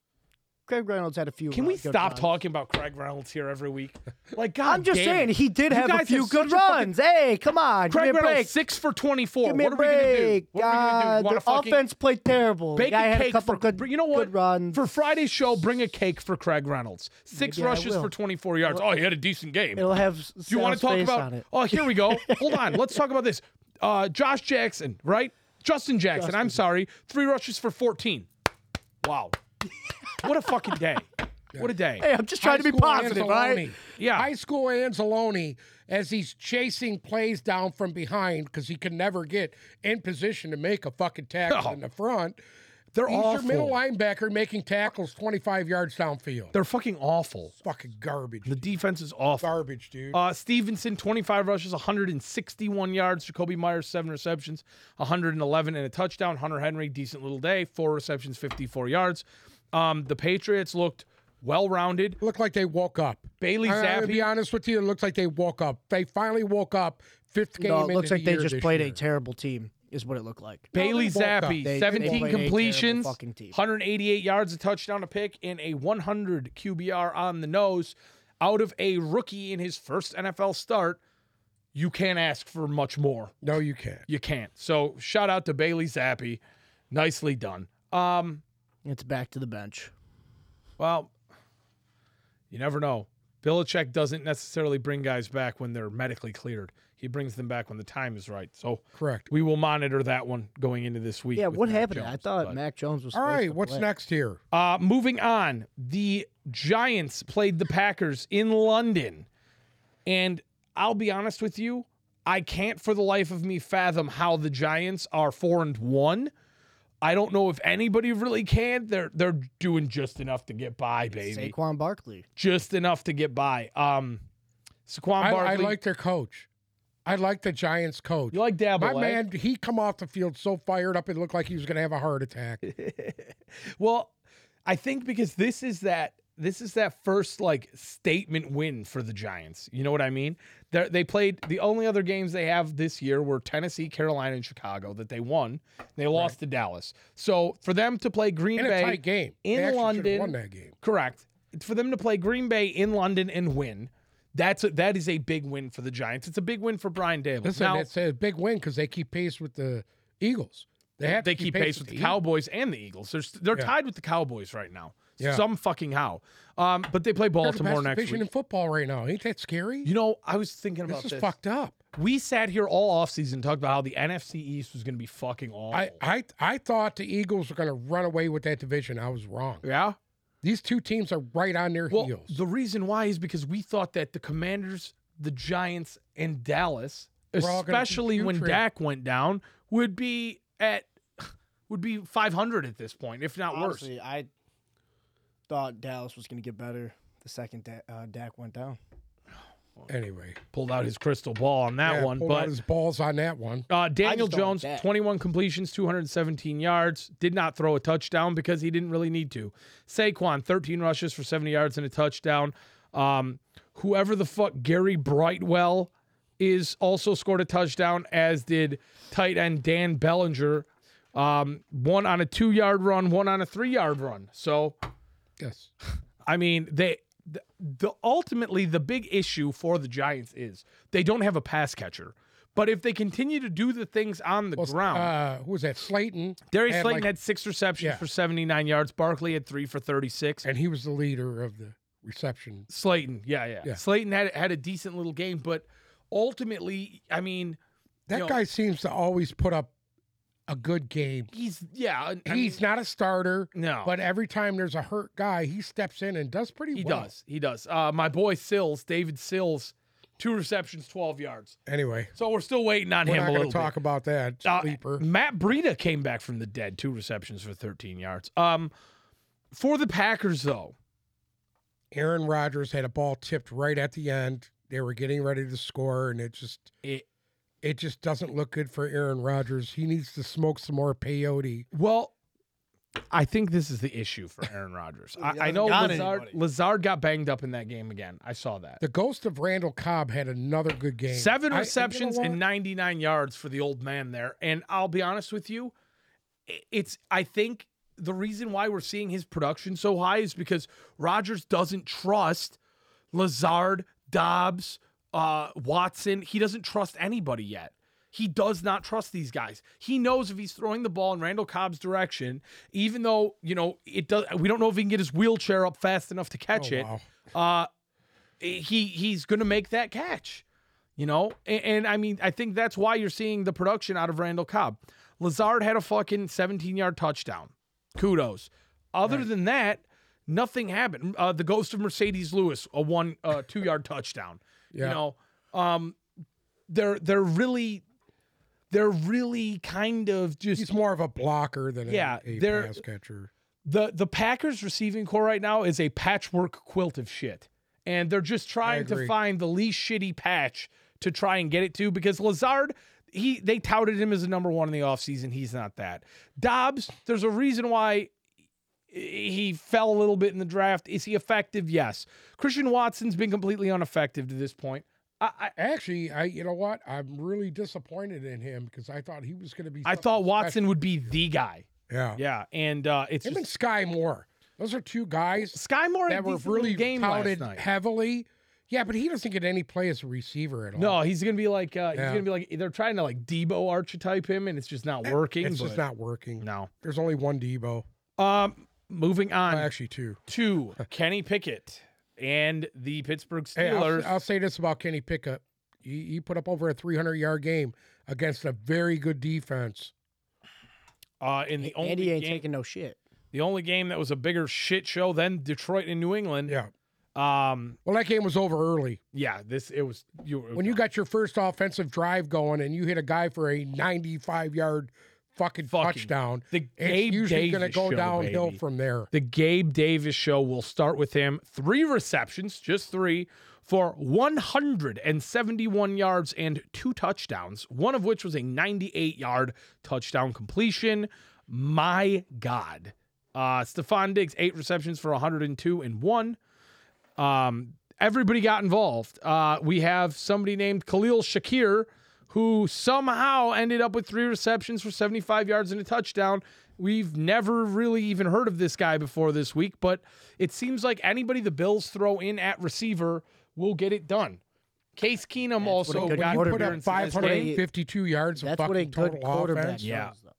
S3: Craig Reynolds had a few.
S1: can
S3: ru-
S1: we
S3: good
S1: stop
S3: runs.
S1: talking about Craig Reynolds here every week? Like, God,
S3: I'm just
S1: damn
S3: saying
S1: it.
S3: he did
S1: You
S3: have a
S1: guys
S3: few
S1: have
S3: good
S1: such a fucking-
S3: runs. hey, come on,
S1: Craig
S3: give me a
S1: Reynolds,
S3: break.
S1: six for twenty-four.
S3: Give me
S1: What
S3: a
S1: are we gonna do?
S3: break.
S1: What are we gonna do?
S3: God,
S1: Wanna
S3: their
S1: fucking-
S3: offense played terrible.
S1: Bake
S3: Guy
S1: a
S3: had
S1: cake
S3: a couple
S1: for
S3: good,
S1: you know what
S3: good runs.
S1: for Friday's show. Bring a cake for Craig Reynolds. Six
S3: Maybe I
S1: rushes
S3: will.
S1: for 24 yards. Oh, he had a decent game. Do
S3: It'll have s-
S1: you want
S3: Sal's
S1: to talk
S3: face
S1: about?
S3: on it.
S1: Oh, here we go. Hold on. Let's talk about this. Uh, Josh Jackson, right? Justin Jackson. I'm sorry. Three rushes for 14. Wow. what a fucking day. What a day.
S3: Hey, I'm just trying to be positive, all right?
S1: Yeah.
S2: High school Anzalone, as he's chasing plays down from behind because he can never get in position to make a fucking tackle
S3: Oh.
S1: No.
S2: in the front.
S1: They're
S2: He's your
S1: awful.
S2: middle linebacker making tackles 25 yards downfield.
S1: They're fucking awful.
S2: fucking garbage.
S1: The defense is awful.
S2: garbage, dude.
S3: Oh.
S1: Uh, Stevenson, 25 rushes, 161 yards. Jacoby Myers, seven receptions, 111 and a touchdown. Hunter Henry, decent little day, four receptions, 54 yards. Um, the Patriots looked well rounded.
S2: looked like they woke up.
S1: Bailey
S2: I- I'm gonna be
S1: Zappi,
S2: honest with you. It looks like they woke up. They finally woke up. Fifth game.
S3: No, it
S2: into
S3: looks
S2: the
S3: like they
S2: year
S3: just
S2: this
S3: played
S2: year.
S3: a terrible team. Is what it looked like.
S1: Bailey
S2: they woke up.
S1: Zappi,
S3: They- they
S1: 17
S3: played a
S1: completions,
S3: terrible fucking team.
S1: 188 yards, a touchdown, a pick, and a 100 QBR on the nose. Out of a rookie in his first NFL start, you can't ask for much more.
S2: No, you can't.
S1: You can't. So shout out to Bailey Zappi. Nicely done. Um,
S3: It's back to the bench.
S1: well, you never know. Belichick doesn't necessarily bring guys back when they're medically cleared. He brings them back when the time is right. So
S2: Correct.
S1: we will monitor that one going into this week.
S3: Yeah,
S1: with
S3: what
S1: Mac
S3: happened? I
S1: Jones,
S3: thought
S1: but-
S3: Mac Jones was.
S2: All
S3: supposed
S2: right.
S3: to
S2: What's
S3: play.
S2: next here?
S1: Uh, moving on, the Giants played the Packers in London. And I'll be honest with you, I can't for the life of me fathom how the Giants are 4 and 1. I don't know if anybody really can. They're they're doing just enough to get by, baby.
S3: Saquon Barkley.
S1: Just enough to get by. Um Saquon
S2: I, I
S1: Barkley.
S2: like their coach. I like the Giants coach.
S1: you like Dabble,
S2: My
S1: eh?
S2: man, he come off the field so fired up, it looked like he was going to have a heart attack.
S1: Well, I think because this is that this is that first like statement win for the Giants. You know what I mean? They're, they played the only other games they have this year were Tennessee, Carolina, and Chicago that they won. They lost to Dallas. So for them to play Green
S2: In a
S1: Bay
S2: tight game. They
S1: in
S2: actually should've
S1: London.
S2: won that game.
S1: Correct. For them to play Green Bay in London and win, that's a, that is a big win for the Giants. It's a big win for Brian Dable.
S2: Listen,
S1: Now,
S2: it's a big win because they keep pace with the Eagles. They have
S1: they
S2: to
S1: keep pace with the
S2: Eagles.
S1: Cowboys and the Eagles. They're st- they're
S2: Yeah.
S1: tied with the Cowboys right now.
S2: Yeah.
S1: Some fucking how. Um, but they play
S2: They're the
S1: Baltimore
S2: best
S1: next
S2: division
S1: week.
S2: in football right now. Ain't that scary?
S1: You know, I was thinking about this.
S2: this is fucked up.
S1: We sat here all offseason and talked about how the NFC East was going to be fucking awful.
S2: I, I I thought the Eagles were going to run away with that division. I was wrong.
S1: yeah.
S2: These two teams are right on their
S1: Well,
S2: heels.
S1: the reason why is because we thought that the Commanders, the Giants, and Dallas,
S2: We're all gonna be
S1: especially when
S2: putrid.
S1: Dak went down, would be at would be 500 at this point, if not worse.
S3: Honestly, I thought Dallas was going to get better the second da- uh, Dak went down.
S2: anyway,
S1: Pulled out his crystal ball on that
S2: yeah,
S1: one,
S2: pulled
S1: but
S2: out his balls on that one.
S1: Uh, Daniel
S3: just don't
S1: Jones,
S3: like that.
S1: 21 completions, 217 yards, did not throw a touchdown because he didn't really need to. Saquon, 13 rushes for 70 yards and a touchdown. Um, whoever the fuck Gary Brightwell is also scored a touchdown, as did tight end Dan Bellinger. Um, one on a two yard run, one on a three yard run. So
S2: Yes.
S1: I mean, they the, the ultimately the big issue for the Giants is they don't have a pass catcher. But if they continue to do the things on the ground,
S2: Uh, who was that? Slayton.
S1: Darius
S2: had,
S1: Slayton
S2: like-
S1: had six receptions
S2: Yeah.
S1: for 79 yards. Barkley had three for 36.
S2: and he was the leader of the reception.
S1: Slayton, yeah, yeah,
S2: Yeah.
S1: Slayton had had a decent little game, but ultimately, I mean,
S2: That
S1: Yo.
S2: guy seems to always put up a good game.
S1: he's yeah, I mean,
S2: He's not a starter,
S1: no,
S2: but every time there's a hurt guy, he steps in and does pretty
S1: he
S2: well.
S1: does, he does. Uh, my boy Sills, David Sills, two receptions, 12 yards.
S2: Anyway,
S1: So we're still waiting on
S2: we're
S1: him
S2: not
S1: a
S2: going
S1: little
S2: to talk about that.
S1: bit. Uh,
S2: Sleeper.
S1: Matt Breida came back from the dead, two receptions for 13 yards. Um, for the Packers though,
S2: Aaron Rodgers had a ball tipped right at the end. They were getting ready to score, and it just
S1: it,
S2: it just doesn't look good for Aaron Rodgers. He needs to smoke some more peyote.
S1: Well, I think this is the issue for Aaron Rodgers.
S3: He
S1: I, I
S3: hasn't
S1: know
S3: got
S1: Lazard,
S3: anybody.
S1: Lazard got banged up in that game again. I saw that.
S2: The ghost of Randall Cobb had another good game.
S1: Seven
S2: I- you know
S1: receptions
S2: what?
S1: and 99 yards for the old man there. And I'll be honest with you, i- it's I think the reason why we're seeing his production so high is because Rodgers doesn't trust Lazard, Dobbs, uh, Watson. He doesn't trust anybody yet. He does not trust these guys. He knows if he's throwing the ball in Randall Cobb's direction, even though you know it does. We don't know if he can get his wheelchair up fast enough to catch
S2: Oh,
S1: it
S2: wow.
S1: uh he he's gonna make that catch you know and, and i mean i think that's why you're seeing the production out of randall cobb lazard had a fucking 17 yard touchdown kudos other than that nothing happened uh the ghost of mercedes lewis a one uh two yard touchdown
S2: Yeah.
S1: you know um they're they're really they're really kind of just
S2: He's more of a blocker than
S1: Yeah,
S2: a, a
S1: they're-
S2: pass catcher.
S1: the the Packers receiving core right now is a patchwork quilt of shit. And they're just trying to
S2: agree.
S1: find the least shitty patch to try and get it to because Lazard, he they touted him as the number one in the offseason. He's not that. Dobbs, there's a reason why he fell a little bit in the draft. Is he effective? Yes. Christian Watson's been completely ineffective to this point. I, I
S2: Actually, I you know what? I'm really disappointed in him because I thought he was going to be.
S1: I
S2: something
S1: thought
S2: special.
S1: Watson would be the guy.
S2: Yeah.
S1: Yeah. And uh it's
S2: Him and
S1: just,
S2: Sky Moore. Those are two guys
S1: Sky Moore had
S2: that
S1: a
S2: were
S1: decent little
S2: really
S1: game last
S2: touted
S1: night.
S2: heavily. Yeah, but he doesn't get any play as a receiver at all.
S1: No, he's gonna be like uh, he's
S2: Yeah.
S1: gonna be like they're trying to like Debo archetype him, and it's just not working.
S2: it's just
S1: but
S2: not working.
S1: no.
S2: There's only one Debo.
S1: Um, moving on
S2: Well, actually, two.
S1: to Kenny Pickett and the Pittsburgh
S2: Hey,
S1: Steelers.
S2: I'll, I'll say this about Kenny Pickup. He, he put up over a 300 yard game against a very good defense.
S1: uh, in the only
S3: And he ain't
S1: game,
S3: taking no shit.
S1: the only game that was a bigger shit show than Detroit and New England.
S2: Yeah.
S1: Um,
S2: Well, that game was over early.
S1: yeah, this it was you
S2: When you got your first offensive drive going and you hit a guy for a 95 yard fucking,
S1: Fucking-
S2: touchdown,
S1: the
S2: it's
S1: Gabe
S2: usually
S1: Davis
S2: going to go
S1: show,
S2: downhill
S1: baby.
S2: from there.
S1: the Gabe Davis show. We'll start with him. Three receptions, just three, for 171 yards and two touchdowns, one of which was a 98 yard touchdown completion. My God. Uh, Stephon Diggs, eight receptions for 102 and one. Um, everybody got involved. Uh, we have somebody named Khalil Shakir, who somehow ended up with three receptions for 75 yards and a touchdown. We've never really even heard of this guy before this week, but it seems like anybody the Bills throw in at receiver will get it done. Case Keenum
S3: what a
S1: also
S3: good
S1: got
S2: You
S3: quarterback-
S2: put up
S1: appearance in this game.
S2: 552 yards of
S3: That's what a
S2: fucking
S3: good
S2: total
S3: quarterback
S2: offense.
S3: does.
S1: Yeah.
S3: though.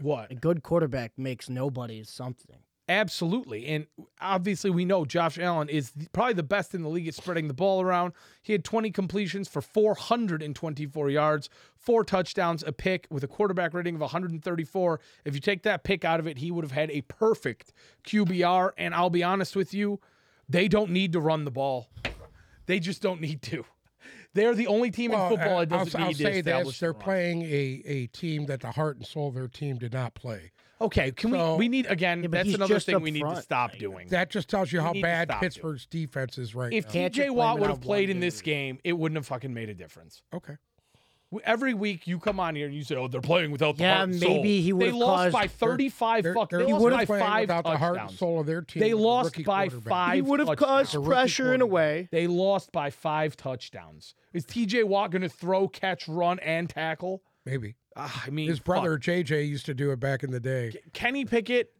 S1: What?
S3: A good quarterback makes nobody something.
S1: Absolutely. And obviously, we know Josh Allen is th- probably the best in the league at spreading the ball around. He had 20 completions for 424 yards, four touchdowns, a pick with a quarterback rating of 134. If you take that pick out of it, he would have had a perfect QBR. And I'll be honest with you, they don't need to run the ball. They just don't need to. They're the only team
S2: Well,
S1: in football
S2: I-
S1: that doesn't
S2: uh, I'll,
S1: need
S2: I'll
S1: to
S2: say
S1: establish
S2: this:
S1: the
S2: they're
S1: run.
S2: playing a, a team that the heart and soul of their team did not play.
S1: Okay, can
S2: So-
S1: we? We need again.
S3: Yeah, but
S1: that's
S3: he's
S1: another
S3: just
S1: thing
S3: up
S1: we need to
S3: front.
S1: stop doing.
S2: That just tells you how
S1: need to
S2: bad
S1: stop doing it.
S2: Pittsburgh's defense is right
S1: If
S2: now.
S3: Can't
S1: TJ
S3: you
S1: Watt
S3: blame it
S1: would
S3: on
S1: have played
S3: one
S1: in this
S3: dude?
S1: game, it wouldn't have fucking made a difference.
S2: Okay,
S1: w- every week you come on here and you say, "Oh, they're playing without the
S3: Yeah,
S1: heart and
S3: maybe
S1: soul."
S3: he
S1: They
S3: would've
S1: lost
S3: caused-
S1: by
S2: They're-
S1: thirty-five.
S2: They're,
S1: fuck,
S2: they're
S1: they
S2: still
S1: lost by
S2: playing
S1: five
S2: without the heart and
S1: touchdowns.
S2: soul of their team.
S1: They
S2: with a
S1: lost
S2: rookie
S1: by
S2: quarterback.
S1: five.
S3: He would have caused
S1: touchdowns.
S2: rookie
S3: pressure in a way.
S1: They lost by five touchdowns. Is T.J. Watt going to throw, catch, run, and tackle?
S2: Maybe
S1: Ah, I mean,
S2: his brother JJ used to do it back in the day.
S1: fuck. Kenny Pickett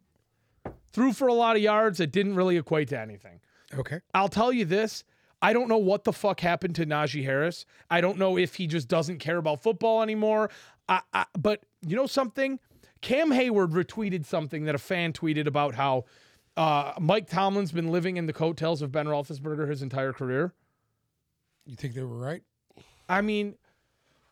S1: threw for a lot of yards. It didn't really equate to anything.
S2: Okay,
S1: I'll tell you this. I don't know what the fuck happened to Najee Harris. I don't know if he just doesn't care about football anymore. I, I, but you know something? Cam Hayward retweeted something that a fan tweeted about how uh, Mike Tomlin's been living in the coattails of Ben Roethlisberger his entire career.
S2: you think they were right?
S1: I mean,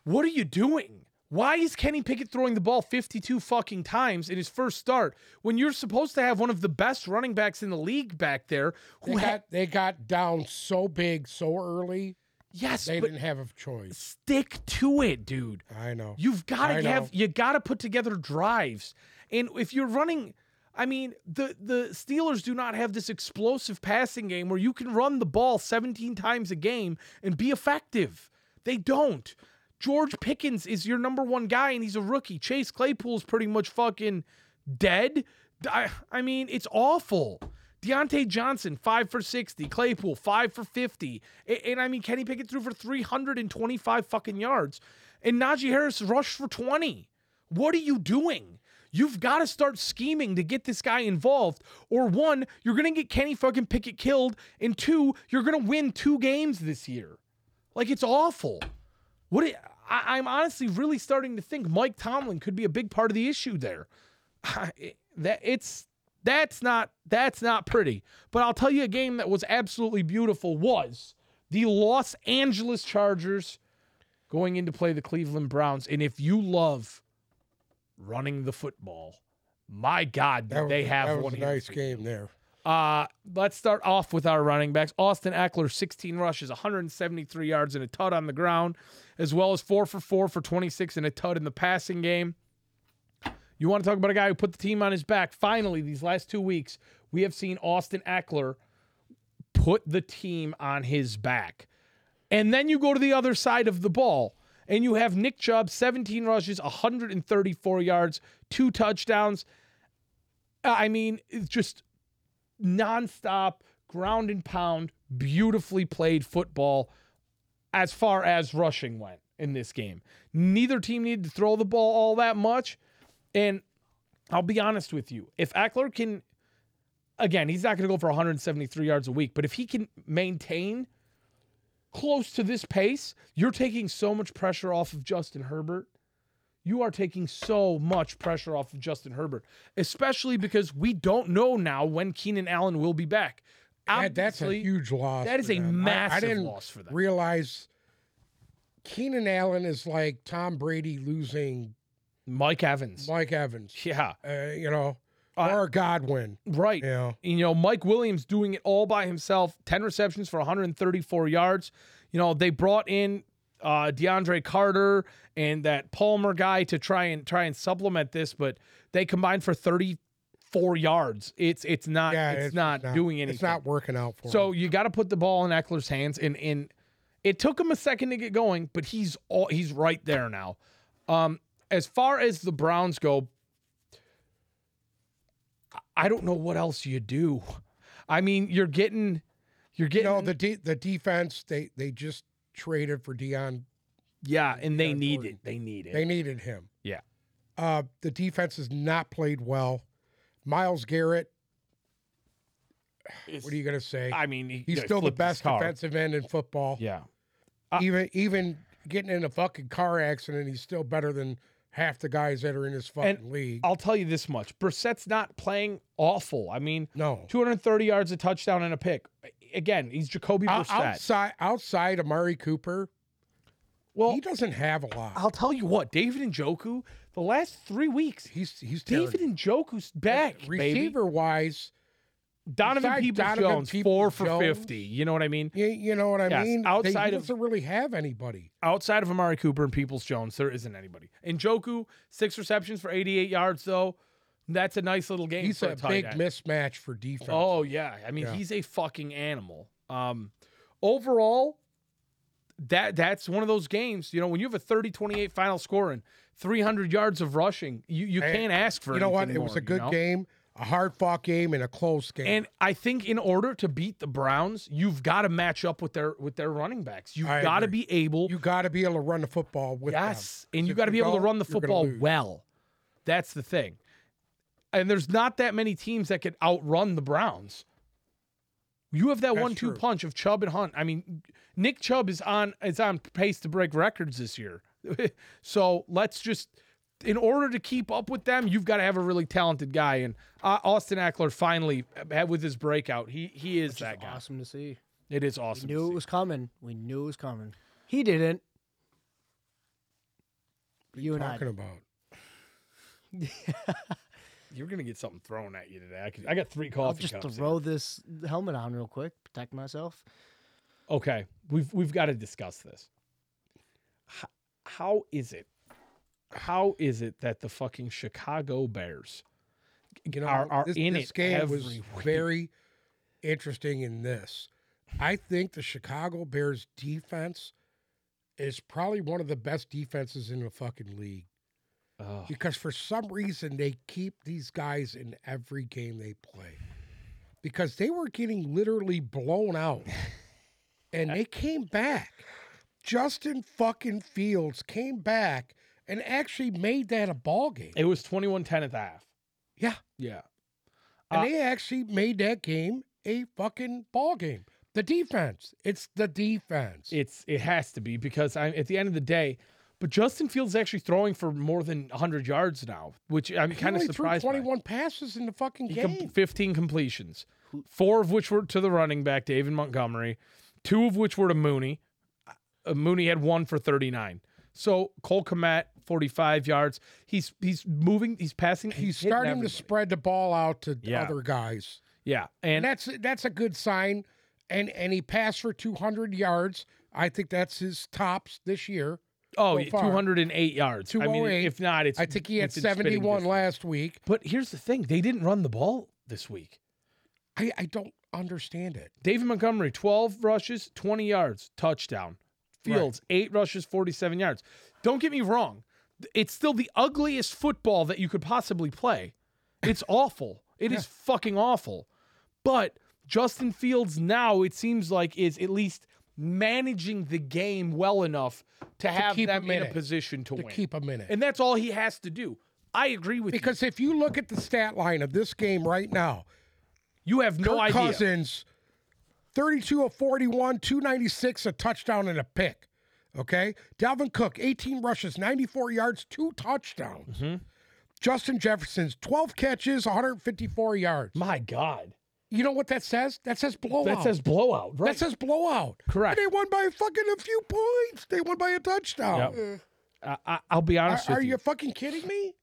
S1: what are you doing? Why is Kenny Pickett throwing the ball 52 fucking times in his first start when you're supposed to have one of the best running backs in the league back there?
S2: They
S1: Who had
S2: got they got down so big so early
S1: yes,
S2: they
S1: Eh. but
S2: didn't have a choice.
S1: stick to it, dude.
S2: I know.
S1: You've got
S2: I
S1: to
S2: know.
S1: have you got to put together drives. And if you're running, I mean, the the Steelers do not have this explosive passing game where you can run the ball 17 times a game and be effective. They don't. George Pickens is your number one guy and he's a rookie. Chase Claypool's pretty much fucking dead. I, I mean, it's awful. Deontay Johnson, five for 60. Claypool, five for 50. A- And, I mean, Kenny Pickett threw for 325 fucking yards. And Najee Harris rushed for 20. What are you doing? You've got to start scheming to get this guy involved, or one, you're going to get Kenny fucking Pickett killed, and two, you're going to win two games this year. Like, it's awful. What it, I, I'm honestly really starting to think Mike Tomlin could be a big part of the issue there. It- that it's that's not that's not pretty. But I'll tell you a game that was absolutely beautiful was the Los Angeles Chargers going in to play the Cleveland Browns. And if you love running the football, my God, did
S2: That was,
S1: they have
S2: that was
S1: one
S2: a
S1: here
S2: nice
S1: for you.
S2: game there.
S1: Uh, let's start off with our running backs. Austin Eckler, 16 rushes, 173 yards, and a tud on the ground, as well as four for four for 26 and a tud in the passing game. You want to talk about a guy who put the team on his back? Finally, these last two weeks, we have seen Austin Eckler put the team on his back. And then you go to the other side of the ball and you have Nick Chubb, 17 rushes, 134 yards, two touchdowns. I mean, it's just nonstop ground and pound, beautifully played football as far as rushing went in this game. Neither team needed to throw the ball all that much. And I'll be honest with you, if Eckler can, again, he's not going to go for 173 yards a week, but if he can maintain close to this pace, you're taking so much pressure off of Justin Herbert you are taking so much pressure off of Justin Herbert, especially because we don't know now when Keenan Allen will be back.
S2: That- that's a
S1: Obviously,
S2: huge loss.
S1: that is
S2: for
S1: a
S2: them. I- I,
S1: massive
S2: didn't
S1: loss for them.
S2: Realize Keenan Allen is like Tom Brady losing
S1: Mike Evans.
S2: Mike Evans,
S1: Yeah,
S2: uh, you know,
S1: Uh,
S2: or Godwin.
S1: right.
S2: You know,
S1: You know, Mike Williams doing it all by himself, 10 receptions for 134 yards. You know, they brought in uh, DeAndre Carter and that Palmer guy to try and try and supplement this, but they combined for 34 yards. It's it's not
S2: yeah,
S1: it's, not, doing anything.
S2: It's not working out for
S1: So
S2: him.
S1: you got to put the ball in Eckler's hands, and in it took him a second to get going, but he's all he's right there now. Um, as far as the Browns go, I- I don't know what else you do. I mean, you're getting, you're
S2: You
S1: getting,
S2: know the de- the defense they they just traded for Dion.
S1: yeah, and they
S2: Yeah,
S1: need
S2: Jordan.
S1: it. They need it.
S2: They needed him.
S1: Yeah.
S2: Uh, the defense has not played well. Miles Garrett.
S1: It's-
S2: What are you gonna say?
S1: I mean, he-
S2: He's
S1: he
S2: still the
S1: flipped his
S2: best
S1: car.
S2: defensive end in football.
S1: Yeah,
S2: even even getting in a fucking car accident, he's still better than half the guys that are in his fucking league.
S1: I'll tell you this much: Brissett's not playing awful. I mean,
S2: no,
S1: 230 yards, a touchdown, and a pick. Again, he's Jacoby
S2: O-
S1: Brissett.
S2: outside outside Amari Cooper,
S1: well,
S2: he doesn't have a lot.
S1: I'll tell you what, David and Joku, the last three weeks,
S2: he's he's
S1: David
S2: terrible.
S1: and Joku's back, baby.
S2: receiver wise.
S1: Donovan
S2: besides
S1: Peoples
S2: Donovan
S1: Jones, four for
S2: Peoples-Jones.
S1: fifty. You know what I mean?
S2: You, you know what I
S1: Yes,
S2: mean?
S1: outside
S2: they, he
S1: of-
S2: doesn't really have anybody.
S1: Outside of Amari Cooper and Peoples Jones, there isn't anybody. And Joku, six receptions for eighty-eight yards, though. That's a nice little game.
S2: He's
S1: for
S2: a
S1: tight
S2: big
S1: end.
S2: mismatch for defense.
S1: Oh yeah, I mean
S2: Yeah.
S1: he's a fucking animal. Um, overall, that that's one of those games. You know, when you have a 30-28 final score and 300 yards of rushing, you, you
S2: And
S1: can't ask for
S2: You know what?
S1: anything
S2: It was
S1: more,
S2: a good
S1: you know?
S2: game, a hard fought game, and a close game.
S1: And I think in order to beat the Browns, you've got to match up with their with their running backs. You've
S2: I
S1: got to
S2: agree.
S1: be able
S2: you got to be able to run the football with them.
S1: Yes, and
S2: So
S1: you
S2: if
S1: got to be able to
S2: don't,
S1: run the
S2: you're gonna
S1: football
S2: lose.
S1: well. That's the thing. And there's not that many teams that could outrun the Browns. You have that
S2: That's
S1: one-two
S2: true.
S1: punch of Chubb and Hunt. I mean, Nick Chubb is on is on pace to break records this year. so let's just, in order to keep up with them, you've got to have a really talented guy. And uh, Austin Eckler finally had with his breakout. He he is that guy.
S3: Awesome to see.
S1: It is
S3: We
S1: awesome. to
S3: knew
S1: see.
S3: it was coming. We knew it was coming. He didn't. You and I.
S2: Talking about.
S1: You're gonna get something thrown at you today. I, could, I got three coffee
S3: I'll just
S1: cups. in.
S3: throw this helmet on real quick, protect myself.
S1: okay we've we've got to discuss this H- how is it how is it that the fucking chicago bears
S2: You know,
S1: are- are
S2: this,
S1: in
S2: this
S1: it
S2: game was
S1: every week.
S2: very interesting in this. I think the Chicago Bears defense is probably one of the best defenses in the fucking league
S1: oh,
S2: because for some reason they keep these guys in every game they play because they were getting literally blown out and they came back. Justin fucking Fields came back and actually made that a ball game.
S1: it was 21-10 at the half
S2: Yeah.
S1: yeah
S2: And
S1: Uh,
S2: they actually made that game a fucking ball game. The defense. It's the defense.
S1: it's it has to be because i at the end of the day but justin fields is actually throwing for more than 100 yards now which i'm
S2: He
S1: kind of
S2: only threw
S1: surprised by.
S2: 21 passes in the fucking
S1: He
S2: game.
S1: com- 15 completions, four of which were to the running back, David Montgomery, two of which were to Mooney. Uh, Mooney had one for 39. So Cole Komet, 45 yards. He's he's moving, he's passing.
S2: He's
S1: hitting
S2: starting to
S1: everybody.
S2: spread the ball out to
S1: Yeah.
S2: other guys.
S1: Yeah. And
S2: And that's that's a good sign. And and he passed for 200 yards. I think that's his tops this year.
S1: oh,
S2: so
S1: yeah,
S2: far.
S1: 208 yards. I mean,
S2: 208.
S1: if not, it's
S2: I think he had
S1: within spitting
S2: 71
S1: distance.
S2: last week.
S1: But here's the thing they didn't run the ball this week.
S2: I, I don't understand it.
S1: David Montgomery, 12 rushes, 20 yards, touchdown.
S2: Right.
S1: Fields, eight rushes, 47 yards. Don't get me wrong. It's still the ugliest football that you could possibly play. It's awful. It is fucking awful. But Justin Fields now, it seems like, is at least managing the game well enough to have
S2: keep
S1: them
S2: him
S1: in
S2: in
S1: a
S2: it.
S1: position to,
S2: To
S1: win.
S2: keep him in it.
S1: and that's all he has to do. I agree with
S2: because if you look at the stat line of this game right now,
S1: you. You have no
S2: Kirk
S1: idea.
S2: Cousins, 32 of 41, 296, a touchdown and a pick. Okay. Dalvin Cook, 18 rushes, 94 yards, two touchdowns.
S1: Mm-hmm.
S2: Justin Jefferson's 12 catches, 154 yards.
S1: My God.
S2: You know what that says? That says blowout.
S1: That says blowout, right?
S2: That says blowout.
S1: Correct.
S2: And they won by fucking a few points. They won by a touchdown.
S1: I, I, I'll be
S2: Are,
S1: honest
S2: are
S1: with
S2: you fucking kidding me?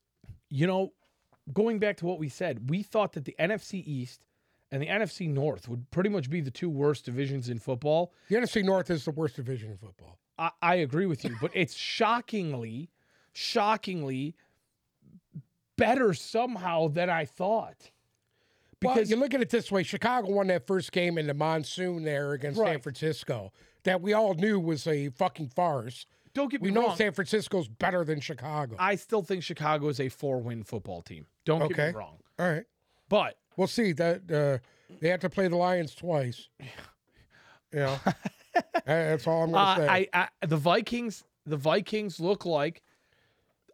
S1: you know, going back to what we said, we thought that the NFC East and the NFC North would pretty much be the two worst divisions in football.
S2: The NFC North is the worst division in football.
S1: I, I agree with you, but it's shockingly, shockingly better somehow than I thought.
S2: Because
S1: Because-
S2: you look at it this way, Chicago won that first game in the monsoon there against San
S1: Right.
S2: Francisco that we all knew was a fucking farce.
S1: Don't get me
S2: We know
S1: wrong.
S2: San Francisco's better than Chicago.
S1: I still think Chicago is a four-win football team. Don't get
S2: Okay.
S1: me wrong.
S2: all right,
S1: But
S2: we'll see. That uh, they have to play the Lions twice. You know, That- that's all I'm
S1: Uh,
S2: gonna say.
S1: I, I the Vikings the Vikings look like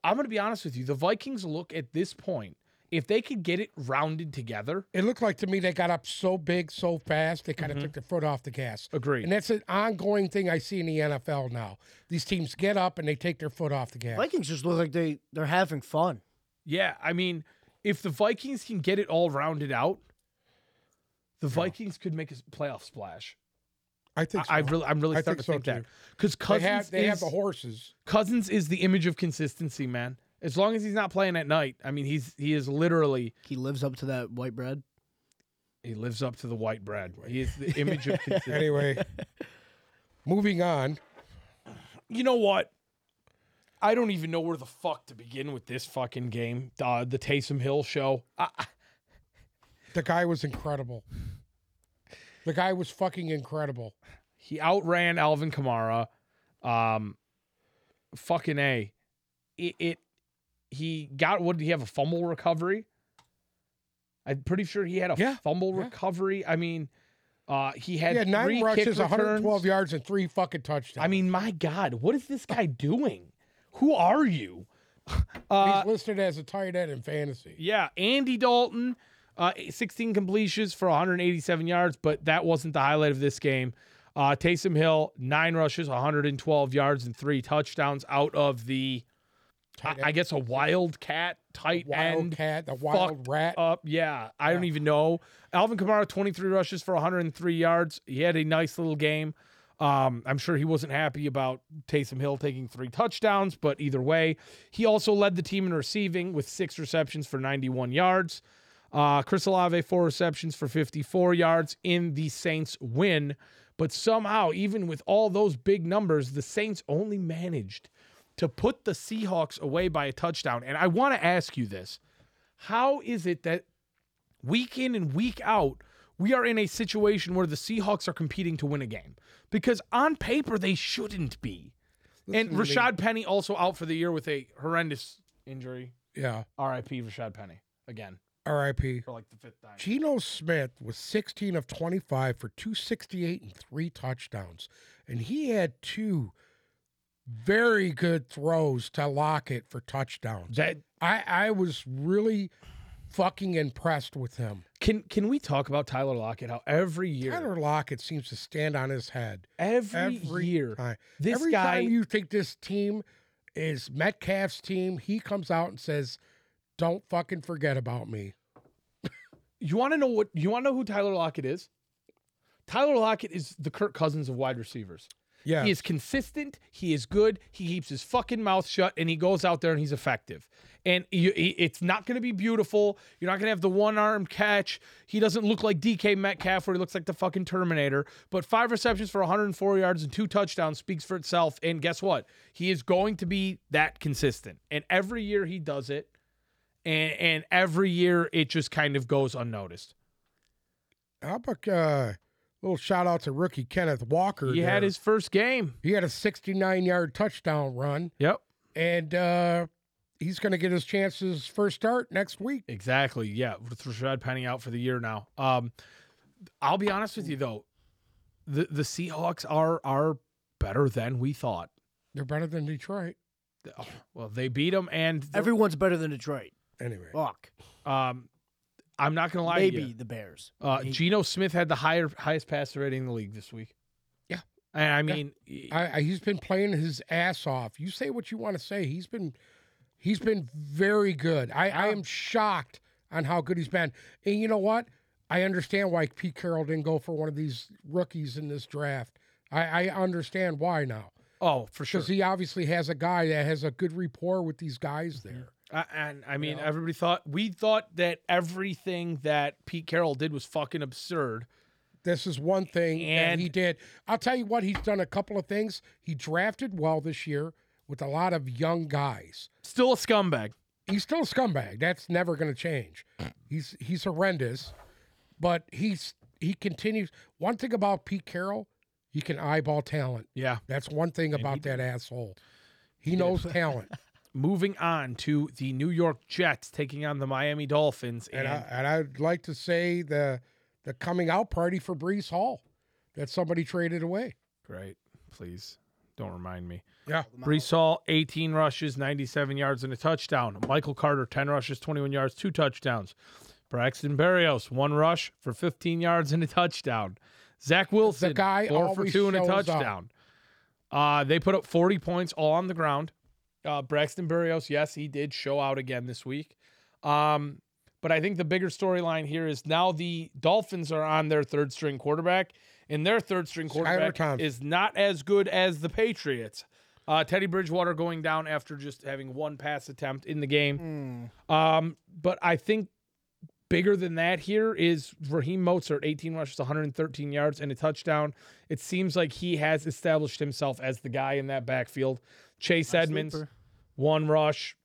S1: I'm going to be honest with you. The Vikings look at this point if they could get it rounded together.
S2: it looked like to me they got up so big so fast they kind of took their foot off the gas.
S1: Agreed.
S2: And that's an ongoing thing I see in the NFL now. These teams get up and they take their foot off the gas.
S3: Vikings just look like they they're having fun.
S1: yeah, I mean, if the Vikings can get it all rounded out, the Vikings could make a s- playoff splash.
S2: I think so.
S1: I, I really, I'm really
S2: I
S1: starting
S2: think
S1: to
S2: so
S1: think that
S2: too.
S1: because
S2: they
S1: Cousins
S2: have they
S1: is
S2: have the horses.
S1: Cousins is the image of consistency, man. As long as he's not playing at night, I mean, he's he is literally
S3: He lives up to that white bread.
S1: he lives up to the white bread. He is the image of consistency.
S2: anyway, moving on.
S1: you know what? I don't even know where the fuck to begin with this fucking game. Uh, the Taysom Hill show. I, I-
S2: The guy was incredible. The guy was fucking incredible.
S1: he outran Alvin Kamara. Um, fucking a, it, it. He got what did he have a fumble recovery? I'm pretty sure he had a
S2: Yeah,
S1: fumble
S2: yeah.
S1: recovery. I mean, uh, he had,
S2: He had
S1: three
S2: nine
S1: kick
S2: rushes,
S1: returns.
S2: 112 yards, and three fucking touchdowns.
S1: I mean, my God, what is this guy doing? Who are you?
S2: he's
S1: Uh,
S2: listed as a tight end in fantasy.
S1: yeah, Andy Dalton, uh, 16 completions for 187 yards, but that wasn't the highlight of this game. Uh, Taysom Hill, nine rushes, 112 yards, and three touchdowns out of the, I,
S2: Tight
S1: I guess, a wildcat tight end.
S2: Wildcat, the wild
S1: fucked
S2: rat.
S1: Up, yeah, I don't even know. Alvin Kamara, 23 rushes for 103 yards. He had a nice little game. Um, I'm sure he wasn't happy about Taysom Hill taking three touchdowns, but either way, he also led the team in receiving with six receptions for 91 yards. Uh, Chris Olave, four receptions for 54 yards in the Saints win. But somehow, even with all those big numbers, the Saints only managed to put the Seahawks away by a touchdown. And I want to ask you this how is it that week in and week out, we are in a situation where the Seahawks are competing to win a game? Because on paper, they shouldn't be. And
S2: Listen to me.
S1: Rashad Penny also out for the year with a horrendous injury.
S2: Yeah.
S1: RIP Rashad Penny again
S2: R.I.P.
S1: for like the fifth time.
S2: Geno Smith was 16 of 25 for 268 and three touchdowns. And he had two very good throws to Lockett for touchdowns.
S1: That
S2: I, I was really fucking impressed with him.
S1: can can we talk about Tyler Lockett? How every year,
S2: Tyler Lockett seems to stand on his head
S1: every,
S2: every
S1: year,
S2: time.
S1: this
S2: every
S1: guy
S2: time you think this team is Metcalf's team, he comes out and says, Don't fucking forget about me.
S1: You want to know what? You want to know who Tyler Lockett is? Tyler Lockett is the Kirk Cousins of wide receivers.
S2: Yeah.
S1: He is consistent. He is good. He keeps his fucking mouth shut, and he goes out there and he's effective. And you, i- it's not going to be beautiful. You're not going to have the one arm catch. He doesn't look like DK Metcalf, where he looks like the fucking Terminator. But five receptions for 104 yards and two touchdowns speaks for itself. And guess what? He is going to be that consistent. And every year he does it. And and every year it just kind of goes unnoticed.
S2: How about uh, little shout out to rookie Kenneth Walker?
S1: He
S2: there.
S1: had his first game.
S2: he had a 69 yard touchdown run,
S1: Yep.
S2: and uh, he's going to get his chances first start next week.
S1: Exactly. Yeah, with Rashad Penny out for the year now. Um, I'll be honest with you though, the the Seahawks are are better than we thought.
S2: They're better than Detroit.
S1: Oh, Well, they beat them, and they're-
S3: Everyone's better than Detroit.
S2: Anyway,
S3: Fuck.
S1: um, I'm not gonna lie
S3: Maybe
S1: to you.
S3: the Bears.
S1: Uh,
S3: Maybe.
S1: Geno Smith had the higher highest passer rating in the league this week.
S2: Yeah.
S1: and I
S2: Yeah.
S1: mean, e, I,
S2: I, I, he's been playing his ass off. You say what you want to say. He's been he's been very good. I, I am shocked on how good he's been. And you know what? I understand why Pete Carroll didn't go for one of these rookies in this draft. I, I understand why now
S1: oh for sure.
S2: because he obviously has a guy that has a good rapport with these guys
S1: Mm-hmm.
S2: there.
S1: I, and I mean,
S2: know?
S1: everybody thought we thought that everything that Pete Carroll did was fucking absurd.
S2: This is one thing and
S1: And-
S2: he did. I'll tell you what, he's done a couple of things. He drafted well this year with a lot of young guys.
S1: Still a scumbag.
S2: He's still a scumbag. That's never going to change. He's he's horrendous, but he's he continues. One thing about Pete Carroll, he can eyeball talent.
S1: Yeah.
S2: That's one thing about that asshole. He knows talent,
S1: moving on to the New York Jets taking on the Miami Dolphins. And,
S2: and I, and I'd like to say the the coming out party for Brees Hall that somebody traded away.
S1: great, please don't remind me.
S2: Yeah,
S1: Brees Hall, 18 rushes, 97 yards, and a touchdown. Michael Carter, 10 rushes, 21 yards, two touchdowns. Braxton Berrios, one rush for 15 yards and a touchdown. Zach Wilson,
S2: guy
S1: four for
S2: always
S1: two and a
S2: shows up.
S1: touchdown. Uh, they put up 40 points all on the ground. Uh, Braxton Berrios, yes, he did show out again this week. Um, but I think the bigger storyline here is now the Dolphins are on their third string quarterback, and their third string quarterback
S2: Thompson.
S1: is not as good as the Patriots. Uh, Teddy Bridgewater going down after just having one pass attempt in the game.
S3: Mm.
S1: Um, but I think bigger than that here is Raheem Mozart, 18 rushes, 113 yards, and a touchdown. It seems like he has established himself as the guy in that backfield. Chase Edmonds,
S3: Sleeper.
S1: one rush,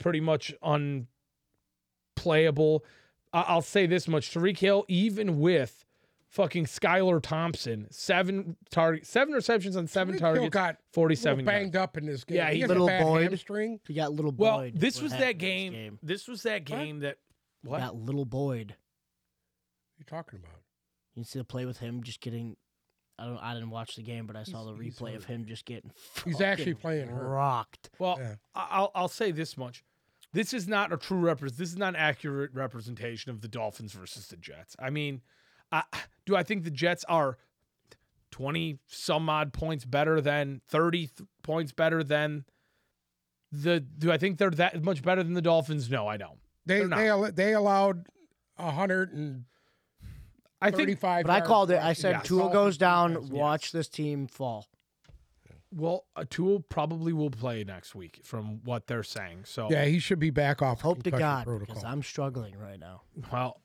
S1: pretty much unplayable. I- I'll say this much: Tariq Hill, even with Fucking Skylar Thompson, seven target, seven receptions on seven
S2: Tyreek Hill
S1: targets,
S2: got a
S1: forty-seven.
S2: little
S1: yards.
S2: banged up in this game.
S1: Yeah,
S2: he
S1: he-
S2: has
S3: Little
S2: a bad
S3: Boyd.
S2: hamstring.
S3: You got little Boyd.
S1: Well,
S3: is
S1: this
S3: what
S1: was that
S3: happened in this
S1: game, This was that
S2: What?
S1: game that. What?
S3: That little Boyd.
S2: you talking about?
S3: You see the play with him just getting. I don't. I didn't watch the game, but I saw
S2: He's-
S3: the
S2: he's
S3: replay of
S2: hurt.
S3: him just getting.
S2: He's actually
S3: fucking
S2: playing hurt.
S3: rocked.
S1: Well,
S2: Yeah.
S1: I- I'll I'll say this much: this is not a true repres. This is not an accurate representation of the Dolphins versus the Jets. I mean, I, do I think the Jets are twenty some odd points better than thirty th- points better than the? Do I think they're that much better than the Dolphins? No, I don't.
S2: They
S1: They're not.
S2: they al- they allowed a hundred and
S1: I think
S2: thirty-five.
S3: But I
S2: yards
S3: called it. I
S2: rushing.
S3: said
S1: Yes.
S3: Tua goes down.
S1: yes.
S3: Watch this team fall.
S1: well, Atul uh, probably will play next week, from what they're saying. So
S2: Yeah, he should be back off.
S3: Hope to
S2: concussion
S3: God
S2: protocol.
S3: because I'm struggling right now.
S1: well,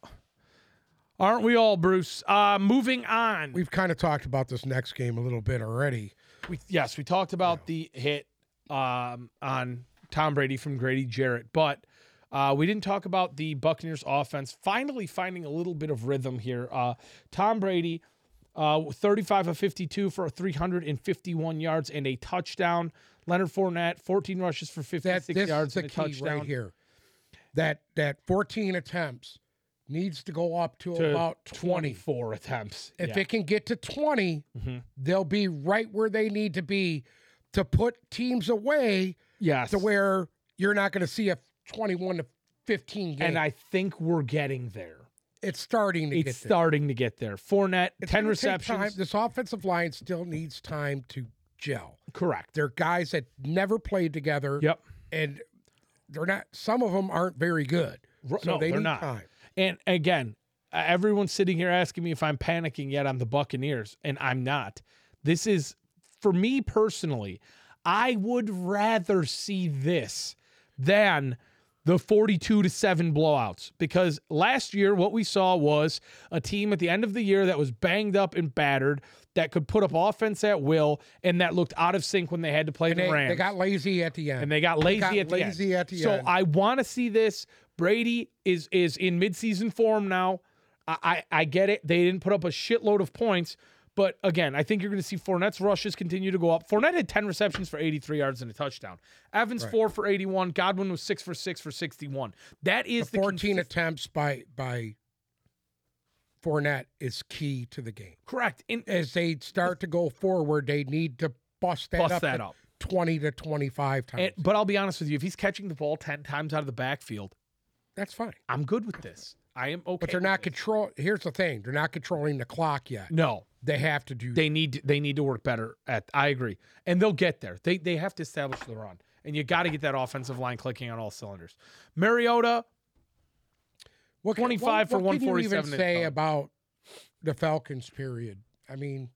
S1: aren't we all, Bruce? Uh, moving on.
S2: We've kind of talked about this next game a little bit already.
S1: We yes, we talked about the hit um, on Tom Brady from Grady Jarrett, but uh, we didn't talk about the Buccaneers offense finally finding a little bit of rhythm here. Uh, Tom Brady, uh, 35 of 52 for 351 yards and a touchdown. Leonard Fournette, 14 rushes for
S2: That
S1: 56
S2: this
S1: yards
S2: is the
S1: and a
S2: key
S1: touchdown.
S2: right here. That that fourteen attempts needs to go up to,
S1: To
S2: about twenty.
S1: 24 attempts.
S2: If
S1: Yeah.
S2: it can get to 20
S1: Mhm.
S2: they'll be right where they need to be to put teams away
S1: yes.
S2: to where you're not going to see a 21 to 15 game.
S1: and I think we're getting there.
S2: it's starting to
S1: It's
S2: get there.
S1: starting to get there. Fournette,
S2: It's
S1: 10
S2: gonna take time.
S1: receptions.
S2: This offensive line still needs time to gel.
S1: Correct.
S2: They're guys that never played together,
S1: Yep.
S2: and they're not. Some of them aren't very good,
S1: R-
S2: so
S1: no,
S2: they
S1: they're
S2: need
S1: not.
S2: time.
S1: And again, uh, everyone's sitting here asking me if I'm panicking yet on the Buccaneers, and I'm not. This is, for me personally, I would rather see this than the 42 to 7 blowouts because last year what we saw was a team at the end of the year that was banged up and battered that could put up offense at will and that looked out of sync when they had to play
S2: And
S1: the
S2: they,
S1: Rams
S2: they got lazy at the end.
S1: and they got lazy
S2: got
S1: at the
S2: lazy
S1: end.
S2: at the
S1: so
S2: end.
S1: I want to see this. Brady is is in midseason form now. I, I I get it. They didn't put up a shitload of points, but again, I think you're going to see Fournette's rushes continue to go up. Fournette had 10 receptions for 83 yards and a touchdown. Evans four for 81. Godwin was six for six for 61. That
S2: The
S1: is the,
S2: 14
S1: consist-
S2: attempts by by Fournette is key to the game.
S1: correct. And
S2: As they start to go forward, they need to bust that
S1: bust
S2: up.
S1: that
S2: to
S1: up.
S2: 20 to 25 times.
S1: And, but I'll be honest with you. If he's catching the ball 10 times out of the backfield,
S2: That's fine.
S1: I'm good with this. I am okay.
S2: But they're
S1: with
S2: not
S1: this.
S2: control. Here's the thing: they're not controlling the clock yet.
S1: No,
S2: They have to do.
S1: they need they need to work better at I agree. And they'll get there. They they have to establish the run. And you got to get that offensive line clicking on all cylinders. Mariota,
S2: what, can-
S1: 25 for
S2: what can you
S1: 147
S2: Even
S1: is
S2: say
S1: fine.
S2: about the Falcons? Period. I mean,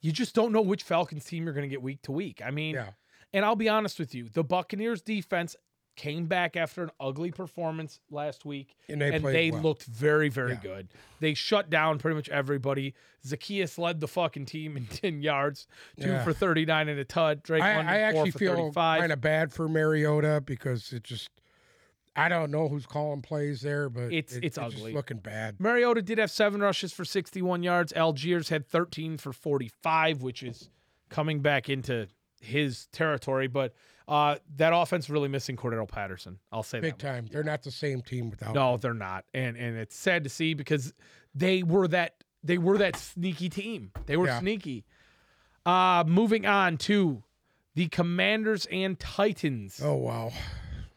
S1: you just don't know which Falcons team you're going to get week to week. I mean,
S2: yeah,
S1: and I'll be honest with you, the Buccaneers defense came back after an ugly performance last week.
S2: and they
S1: and
S2: played
S1: they
S2: well.
S1: looked very, very
S2: Yeah.
S1: good. They shut down pretty much everybody. Zacchaeus led the fucking team in 10 yards, two
S2: Yeah.
S1: for 39 and a tud. Drake
S2: I,
S1: London,
S2: I
S1: four
S2: actually
S1: for
S2: feel
S1: 35.
S2: kind of bad for Mariota because it just. I don't know who's calling plays there, but
S1: It's-
S2: it-
S1: it's
S2: just
S1: ugly.
S2: looking bad.
S1: Mariota did have seven rushes for 61 yards. Algiers had 13 for 45, which is coming back into his territory. But uh, that offense really missing Cordero Patterson. I'll say
S2: Big
S1: that. much.
S2: time. They're not the same team without.
S1: No, they're not, and and it's sad to see because they were that they were that sneaky team. They were
S2: Yeah.
S1: sneaky. Uh, moving on to the Commanders and Titans.
S2: Oh wow.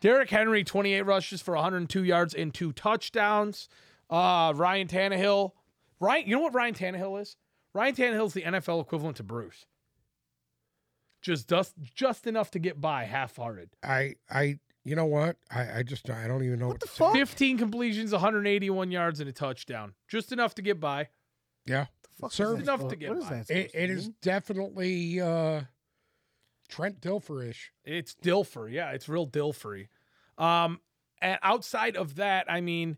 S1: Derrick Henry, 28 rushes for 102 yards and two touchdowns. Uh, Ryan Tannehill. Ryan, you know what Ryan Tannehill is? Ryan Tannehill's the NFL equivalent to Bruce. Just dust, just enough to get by, half-hearted.
S2: I I. You know what? I I just I don't even know what,
S3: the
S2: to say.
S3: fuck?
S1: 15 completions, 181 yards, and a touchdown. Just enough to get by.
S2: Yeah.
S3: Fuck is
S2: Sir,
S3: that
S1: enough
S3: supposed-
S1: to get
S3: what is
S1: by.
S3: that?
S2: It,
S3: supposed to
S2: it is
S3: mean?
S2: definitely uh, Trent Dilfer-ish.
S1: It's Dilfer, yeah, it's real Dilfery. Um, and outside of that, I mean,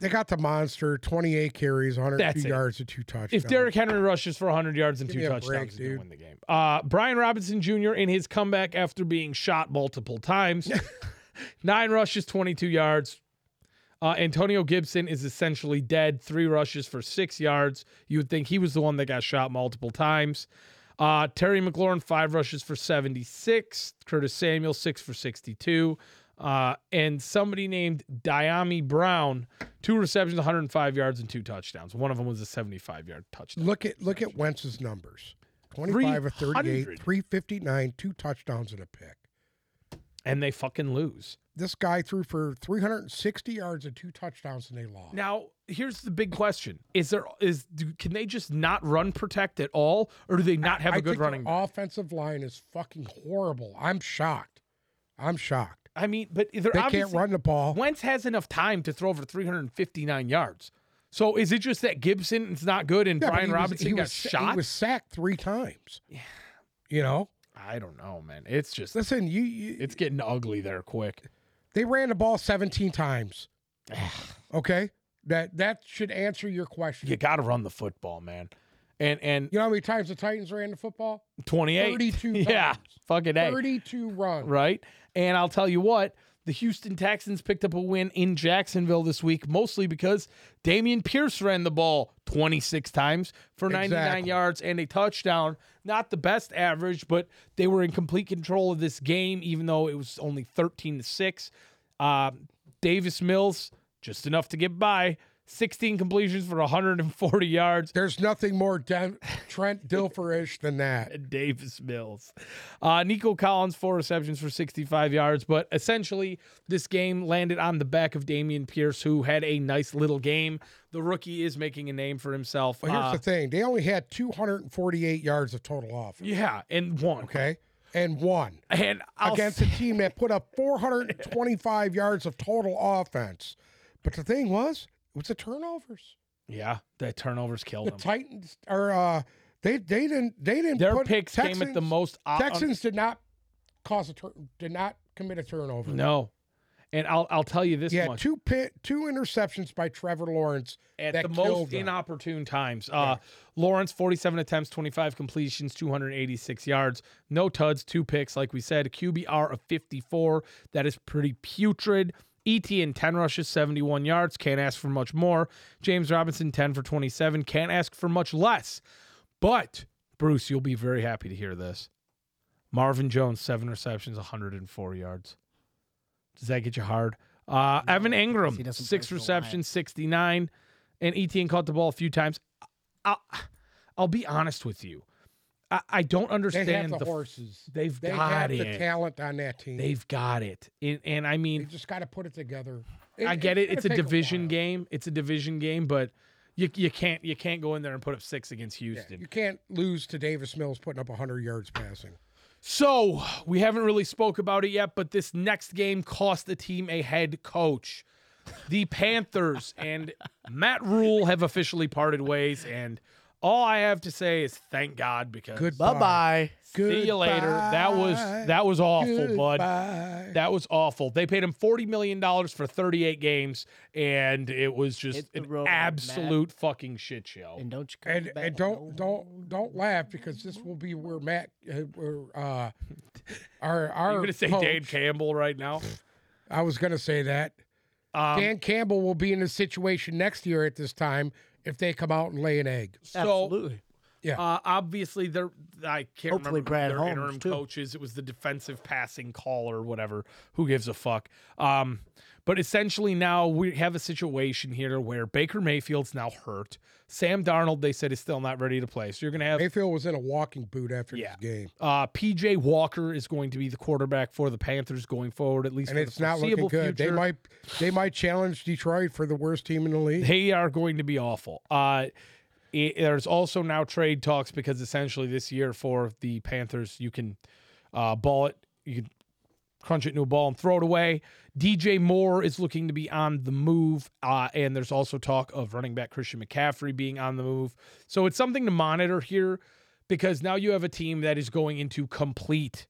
S2: They got the monster, 28 carries, 102
S1: That's it.
S2: yards, and two touchdowns.
S1: If Derrick Henry rushes for 100 yards and
S2: Give
S1: two
S2: me a
S1: touchdowns,
S2: break,
S1: he's going to
S2: dude.
S1: win the game. Uh, Brian Robinson Jr. in his comeback after being shot multiple times, nine rushes, 22 yards. Uh, Antonio Gibson is essentially dead. Three rushes for six yards. You would think he was the one that got shot multiple times. Uh, Terry McLaurin, five rushes for 76. Curtis Samuel, six for 62. Uh, and somebody named Diami Brown, two receptions, 105 yards, and two touchdowns. One of them was a 75 yard touchdown.
S2: Look at look at Wentz's numbers. 25 or 38,
S1: 300.
S2: 359, two touchdowns and a pick.
S1: And they fucking lose.
S2: This guy threw for 360 yards and two touchdowns and they lost.
S1: Now, here's the big question: Is there is do, can they just not run protect at all, or do they not have a
S2: I
S1: good
S2: think their
S1: running?
S2: offensive line is fucking horrible. I'm shocked. I'm shocked.
S1: I mean, but they're
S2: They can't
S1: obviously
S2: run the ball.
S1: Wentz has enough time to throw for 359 yards. So is it just that Gibson is not good and
S2: Yeah, but
S1: Brian
S2: he was-
S1: Robinson
S2: he
S1: got
S2: was,
S1: shot?
S2: He was sacked three times. You know,
S1: I don't know, man. It's just
S2: listen, you, you
S1: it's getting ugly there quick.
S2: they ran the ball 17 times. okay, that that should answer your question.
S1: You got to run the football, man. And and
S2: You know how many times the Titans ran the football?
S1: 28,
S2: 32
S1: yeah,
S2: times.
S1: fucking a.
S2: 32 runs.
S1: right? And I'll tell you what, the Houston Texans picked up a win in Jacksonville this week, mostly because Damian Pierce ran the ball 26 times for 99
S2: Exactly.
S1: yards and a touchdown. Not the best average, but they were in complete control of this game, even though it was only 13 to 6. Uh, Davis Mills, just enough to get by. 16 completions for 140 yards.
S2: There's nothing more Den- Trent Dilferish than that.
S1: and Davis Mills. Uh, Nico Collins, four receptions for 65 yards. But essentially, this game landed on the back of Damian Pierce, who had a nice little game. The rookie is making a name for himself.
S2: But here's
S1: Uh,
S2: the thing: they only had 248 yards of total offense.
S1: yeah, and one.
S2: Okay, and one
S1: And I'll
S2: against a team that put up 425 yards of total offense. But the thing was, it was the turnovers.
S1: yeah, the turnovers killed
S2: The
S1: him.
S2: Titans are uh, they they didn't they didn't
S1: Um, Their
S2: put
S1: picks came at the uh,
S2: Texans-
S1: most. o-
S2: Texans did not cause a tur- did not commit a turnover.
S1: no. And I'll I'll tell you this
S2: Yeah,
S1: much.
S2: two pit, two interceptions by Trevor Lawrence.
S1: at
S2: that
S1: the
S2: killed
S1: most
S2: them.
S1: inopportune times. Uh, Lawrence, 47 attempts, 25 completions, 286 yards, no tuds, two picks. Like we said, a QBR of 54. That is pretty putrid. E ETN, 10 rushes, 71 yards. Can't ask for much more. James Robinson, 10 for 27. Can't ask for much less. But, Bruce, you'll be very happy to hear this. Marvin Jones, seven receptions, 104 yards. Does that get you hard? Uh, Evan Ingram,
S3: he doesn't
S1: six
S3: play for the
S1: receptions, 69. And Etienne caught the ball a few times. I'll, I'll be honest with you. I, I don't
S2: They
S1: understand
S2: have the,
S1: the.
S2: horses.
S1: they've
S2: They
S1: got
S2: have
S1: it.
S2: the talent on that team. They,
S1: they've got it. And, and I mean,
S2: just got to put it together.
S1: I get it. It's a
S2: gonna take
S1: division
S2: while.
S1: game. It's a division game, but you, you can't you can't go in there and put up six against
S2: Yeah,
S1: Houston.
S2: you can't lose to Davis Mills putting up 100 yards passing.
S1: So we haven't really spoke about it yet, but this next game cost the team a head coach. The Panthers and Matt Rule have officially parted ways, and all I have to say is thank God because
S2: Good.
S3: Bye bye.
S1: see you later. That was
S2: Goodbye.
S1: that was awful, bud.
S2: Goodbye.
S1: That was awful. They paid him forty million dollars for thirty-eight games, and it was just
S3: Hit the
S1: an
S3: road, Matt.
S1: absolute fucking shit show.
S3: And don't you come
S2: And,
S3: back
S2: and
S3: no
S2: don't don't
S3: more.
S2: don't laugh because this will be where Matt uh, where uh our our
S1: You're gonna say
S2: coach-
S1: Dan Campbell right now?
S2: I was gonna say that
S1: Um,
S2: Dan Campbell will be in a situation next year at this time if they come out and lay an egg.
S1: so
S3: Absolutely.
S1: Uh, obviously, they're I can't
S3: Hopefully
S1: remember
S3: Brad
S1: their
S3: Holmes,
S1: interim
S3: too.
S1: coaches. It was the defensive passing call or whatever. Who gives a fuck? Um, but essentially, now we have a situation here where Baker Mayfield's now hurt. Sam Darnold, they said, is still not ready to play. So you're gonna have
S2: Mayfield was in a walking boot after
S1: Yeah.
S2: this game,
S1: uh, PJ Walker is going to be the quarterback for the Panthers going forward, at least
S2: and
S1: for
S2: it's
S1: the
S2: not looking
S1: foreseeable
S2: good. They
S1: future.
S2: might they might challenge Detroit for the worst team in the league.
S1: they are going to be awful. Uh, it- there's also now trade talks because essentially this year for the Panthers, you can uh, ball it, you can crunch it into a ball and throw it away. DJ Moore is looking to be on the move, uh, and there's also talk of running back Christian McCaffrey being on the move. So it's something to monitor here because now you have a team that is going into complete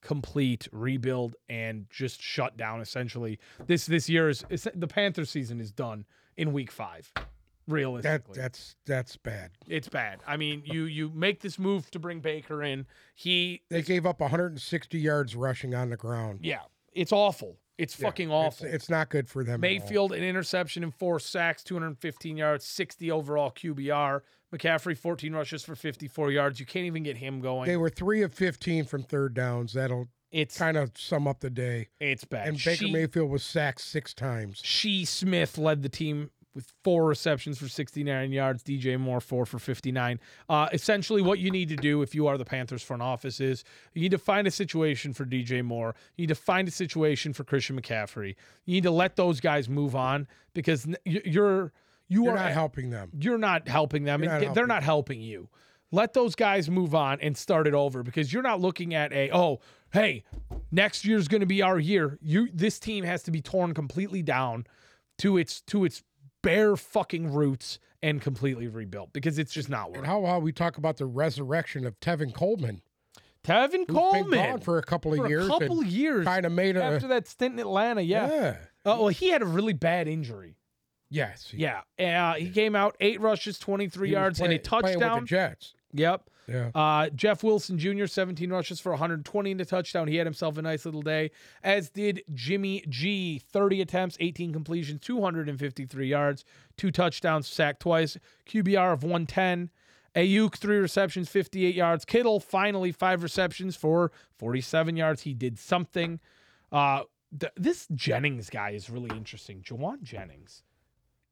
S1: complete rebuild and just shut down essentially this this year is is- the panther season is done in week five
S2: That
S1: realistically
S2: that's that's bad.
S1: it's bad i mean you you make this move to bring baker in he
S2: They gave up 160 yards rushing on the ground.
S1: yeah it's awful It's fucking
S2: It's,
S1: awful.
S2: it's not good for them. at all.
S1: Mayfield, an interception and four sacks, 215 yards, 60 overall QBR. McCaffrey, 14 rushes for 54 yards. You can't even get him going.
S2: They were three of 15 from third downs. That'll
S1: it's
S2: kind of sum up the day.
S1: it's bad.
S2: And Baker
S1: She-
S2: Mayfield was sacked six times.
S1: She Smith led the team with four receptions for 69 yards. DJ Moore four for 59. Uh, essentially, what you need to do if you are the Panthers front office is you need to find a situation for DJ Moore. You need to find a situation for Christian McCaffrey. You need to let those guys move on because n- y- you're you
S2: You're
S1: are
S2: not helping them.
S1: you're not helping them.
S2: You're
S1: and
S2: not
S1: they're
S2: helping.
S1: not helping you. Let those guys move on and start it over because you're not looking at a oh hey next year's going to be our year. You this team has to be torn completely down to its to its bare fucking roots and completely rebuilt because it's just not
S2: And
S1: working.
S2: how about we talk about the resurrection of Tevin Coleman?
S1: Tevin
S2: who's been
S1: Coleman
S2: gone for a couple of
S1: for
S2: years.
S1: a couple years
S2: Kind of made a.
S1: after that stint in Atlanta. Yeah.
S2: yeah.
S1: Oh well, he had a really bad injury.
S2: Yes. he-
S1: Yeah. Uh, he came out eight rushes, twenty three
S2: he was
S1: yards,
S2: play-
S1: and a touchdown.
S2: Playing with the Jets.
S1: yep.
S2: Yeah.
S1: Uh, Jeff Wilson Jr., 17 rushes for 120 and a touchdown. He had himself a nice little day, as did Jimmy G. 30 attempts, 18 completions, 253 yards, two touchdowns, sacked twice, QBR of 110. Ayuk, three receptions, 58 yards. Kittle, finally, five receptions for 47 yards. He did something. Uh, th- this Jennings guy is really interesting. Jawan Jennings.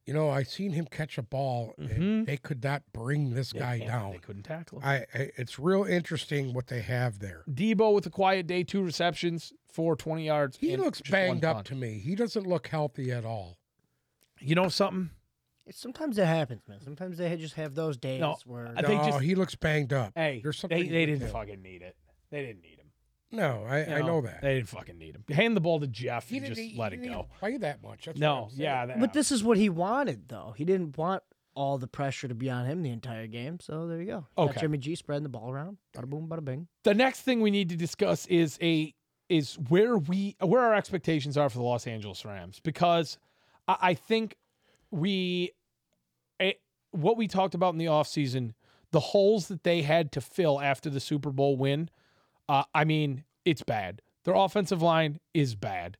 S2: You know, I seen him catch a ball.
S1: Mhm.
S2: And they could not bring this
S1: They
S2: guy
S1: can't- They
S2: down.
S1: couldn't tackle him.
S2: I, I. It's real interesting what they have there.
S1: Debo with a quiet day, two receptions for 20 yards.
S2: He
S1: and
S2: looks
S1: just one
S2: banged up
S1: punt.
S2: to me. He doesn't look healthy at all.
S1: You know something?
S3: Sometimes that happens, man. Sometimes they just have those days
S1: No,
S3: where
S1: I
S2: No,
S1: They just-
S2: he looks banged up.
S1: Hey,
S2: There's
S1: they,
S2: something
S1: they
S2: with
S1: didn't
S2: him.
S1: fucking need it. They didn't need him.
S2: No, I, I
S1: No,
S2: know that.
S1: They didn't fucking need him. Hand the ball to Jeff
S2: He
S1: and
S2: didn't
S1: just
S2: e-
S1: let
S2: he
S1: it
S2: didn't
S1: go.
S2: even play that much. That's what
S1: No,
S2: I'm saying.
S1: yeah. that-
S3: But this is what he wanted, though. He didn't want all the pressure to be on him the entire game. So there you go. You got
S1: Okay.
S3: Jimmy G spreading the ball around. Bada boom, bada bing.
S1: the next thing we need to discuss is a is where we where our expectations are for the Los Angeles Rams because I, I think we it, what we talked about in the offseason, the holes that they had to fill after the Super Bowl win. Uh, I mean, it's bad. Their offensive line is bad.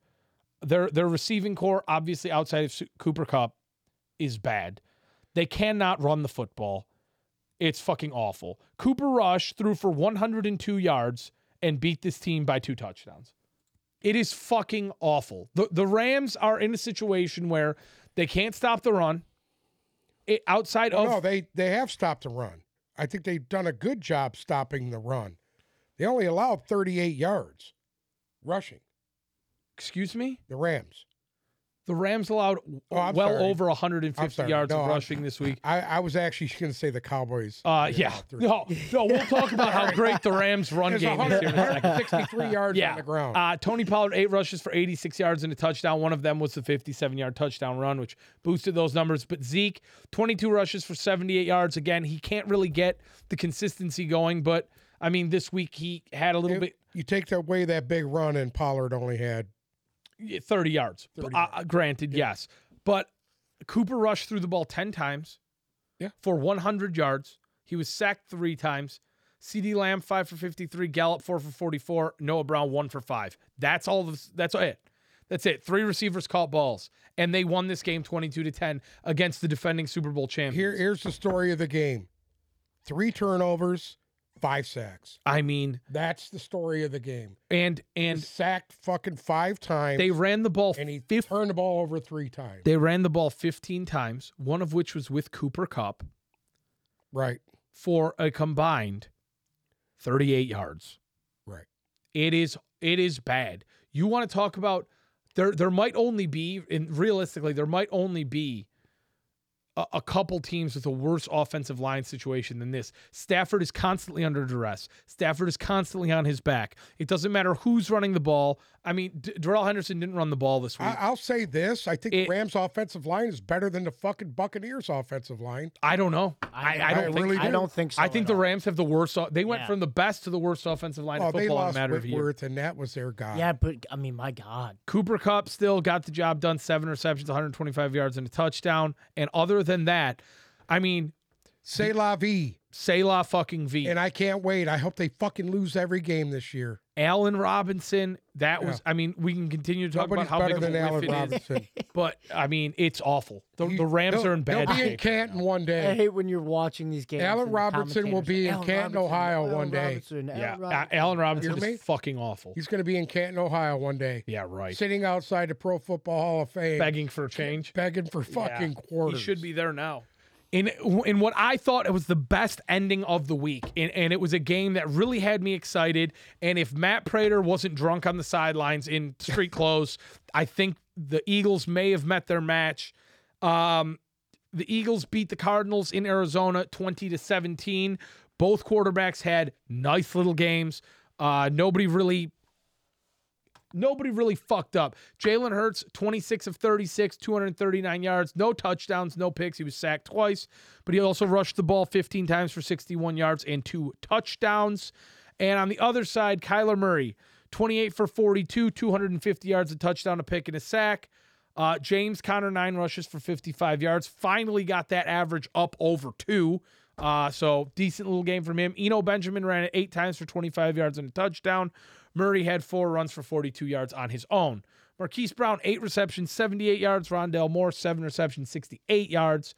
S1: Their their receiving core, obviously outside of Su- Cooper Cup, is bad. They cannot run the football. It's fucking awful. Cooper Rush threw for 102 yards and beat this team by two touchdowns. It is fucking awful. The the Rams are in a situation where they can't stop the run. It, outside of
S2: No, they they have stopped the run. I think they've done a good job stopping the run. They only allowed 38 yards rushing.
S1: excuse me,
S2: The Rams.
S1: the Rams allowed w-
S2: Oh, I'm
S1: well
S2: sorry.
S1: over 150
S2: sorry.
S1: yards
S2: No,
S1: of
S2: I'm-
S1: rushing this week.
S2: I, I was actually going to say the Cowboys.
S1: Uh,
S2: did
S1: yeah,
S2: about 30.
S1: no, no, we'll talk about how great the Rams run
S2: There's
S1: game is
S2: 100
S1: here in a second.
S2: 163 yards
S1: Yeah.
S2: on the ground.
S1: Uh, Tony Pollard, eight rushes for 86 yards and a touchdown. One of them was the 57 yard touchdown run, which boosted those numbers. But Zeke, 22 rushes for 78 yards. Again, he can't really get the consistency going, but I mean, this week he had a little
S2: It-
S1: bit.
S2: you take away that big run, and Pollard only had.
S1: Yeah, 30 yards.
S2: 30
S1: uh, Granted, yes. But Cooper Rush threw the ball 10 times
S2: Yeah.
S1: for 100 yards. He was sacked three times. CD Lamb, five for 53. Gallup, four for 44. Noah Brown, one for five. That's all. Of, that's it. That's it. Three receivers caught balls, and they won this game 22 to 10 against the defending Super Bowl champions.
S2: Here, here's the story of the game: three turnovers, five sacks.
S1: I mean,
S2: That's the story of the game.
S1: and and
S2: sacked fucking five times,
S1: they ran the ball
S2: and he
S1: 50
S2: turned the ball over three times.
S1: they ran the ball 15 times, one of which was with Cooper Cup.
S2: right,
S1: for a combined 38 yards.
S2: right.
S1: It is it is bad. You want to talk about there there might only be and realistically there might only be a, a couple teams with a worse offensive line situation than this. Stafford is constantly under duress. Stafford is constantly on his back. It doesn't matter who's running the ball. I mean, D- Darrell Henderson didn't run the ball this week.
S2: I,
S1: I,
S2: I'll say this: I think the
S1: It-
S2: Rams' offensive line is better than the fucking Buccaneers' offensive line.
S1: don't know. I, I,
S2: I
S1: don't think
S2: really
S3: I
S2: do.
S3: don't think so.
S1: I think
S3: at
S1: the
S3: all.
S1: Rams have the worst. o- They went
S3: Yeah.
S1: from the best to the worst offensive line
S2: Oh,
S1: of
S2: they
S1: football in a
S2: lost
S1: matter of years.
S2: Whitworth, and that was their guy.
S3: Yeah, but I mean, my God.
S1: Cooper Cup still got the job done, seven receptions, 125 yards, and a touchdown. And other than that, I mean,
S2: Say la vie.
S1: Say la fucking V.
S2: And I can't wait. I hope they fucking lose every game this year.
S1: Allen Robinson. That was. I mean, we can continue to talk
S2: Nobody's
S1: about how
S2: better
S1: big of
S2: than
S1: a whiff
S2: Allen
S1: it is,
S2: Robinson.
S1: but I mean, it's awful. The,
S2: You-
S1: the Rams
S2: they'll-
S1: are in bad
S2: They'll be in
S1: shape.
S2: Canton one
S3: I
S2: day.
S3: hate when you're watching these games.
S2: Allen
S3: and the
S2: Robinson will be in
S3: commentators are,
S2: Canton,
S3: "Allen
S2: Ohio one
S3: Robinson, Allen
S2: day."
S3: Robinson, Allen
S1: Yeah, Allen,
S3: Robinson."
S1: Allen Robinson
S2: Hear me?
S1: is fucking awful.
S2: He's going to be in Canton, Ohio one day,
S1: Yeah, right.
S2: sitting outside the Pro Football Hall of Fame,
S1: Begging for change.
S2: begging for fucking
S1: Yeah,
S2: quarters.
S1: He should be there now. In in what I thought it was the best ending of the week, and, and it was a game that really had me excited. And if Matt Prater wasn't drunk on the sidelines in street clothes, I think the Eagles may have met their match. Um, the Eagles beat the Cardinals in Arizona 20 to 17. Both quarterbacks had nice little games. Uh, nobody really Nobody really fucked up. Jalen Hurts, 26 of 36, 239 yards, no touchdowns, no picks. He was sacked twice, but he also rushed the ball 15 times for 61 yards and two touchdowns. And on the other side, Kyler Murray, 28 for 42, 250 yards, a touchdown, a pick, and a sack. Uh, James Conner, nine rushes for 55 yards. Finally got that average up over two. Uh, so decent little game from him. Eno Benjamin ran it eight times for 25 yards and a touchdown. Murray had four runs for 42 yards on his own. Marquise Brown, eight receptions, 78 yards. Rondell Moore, seven receptions, 68 yards.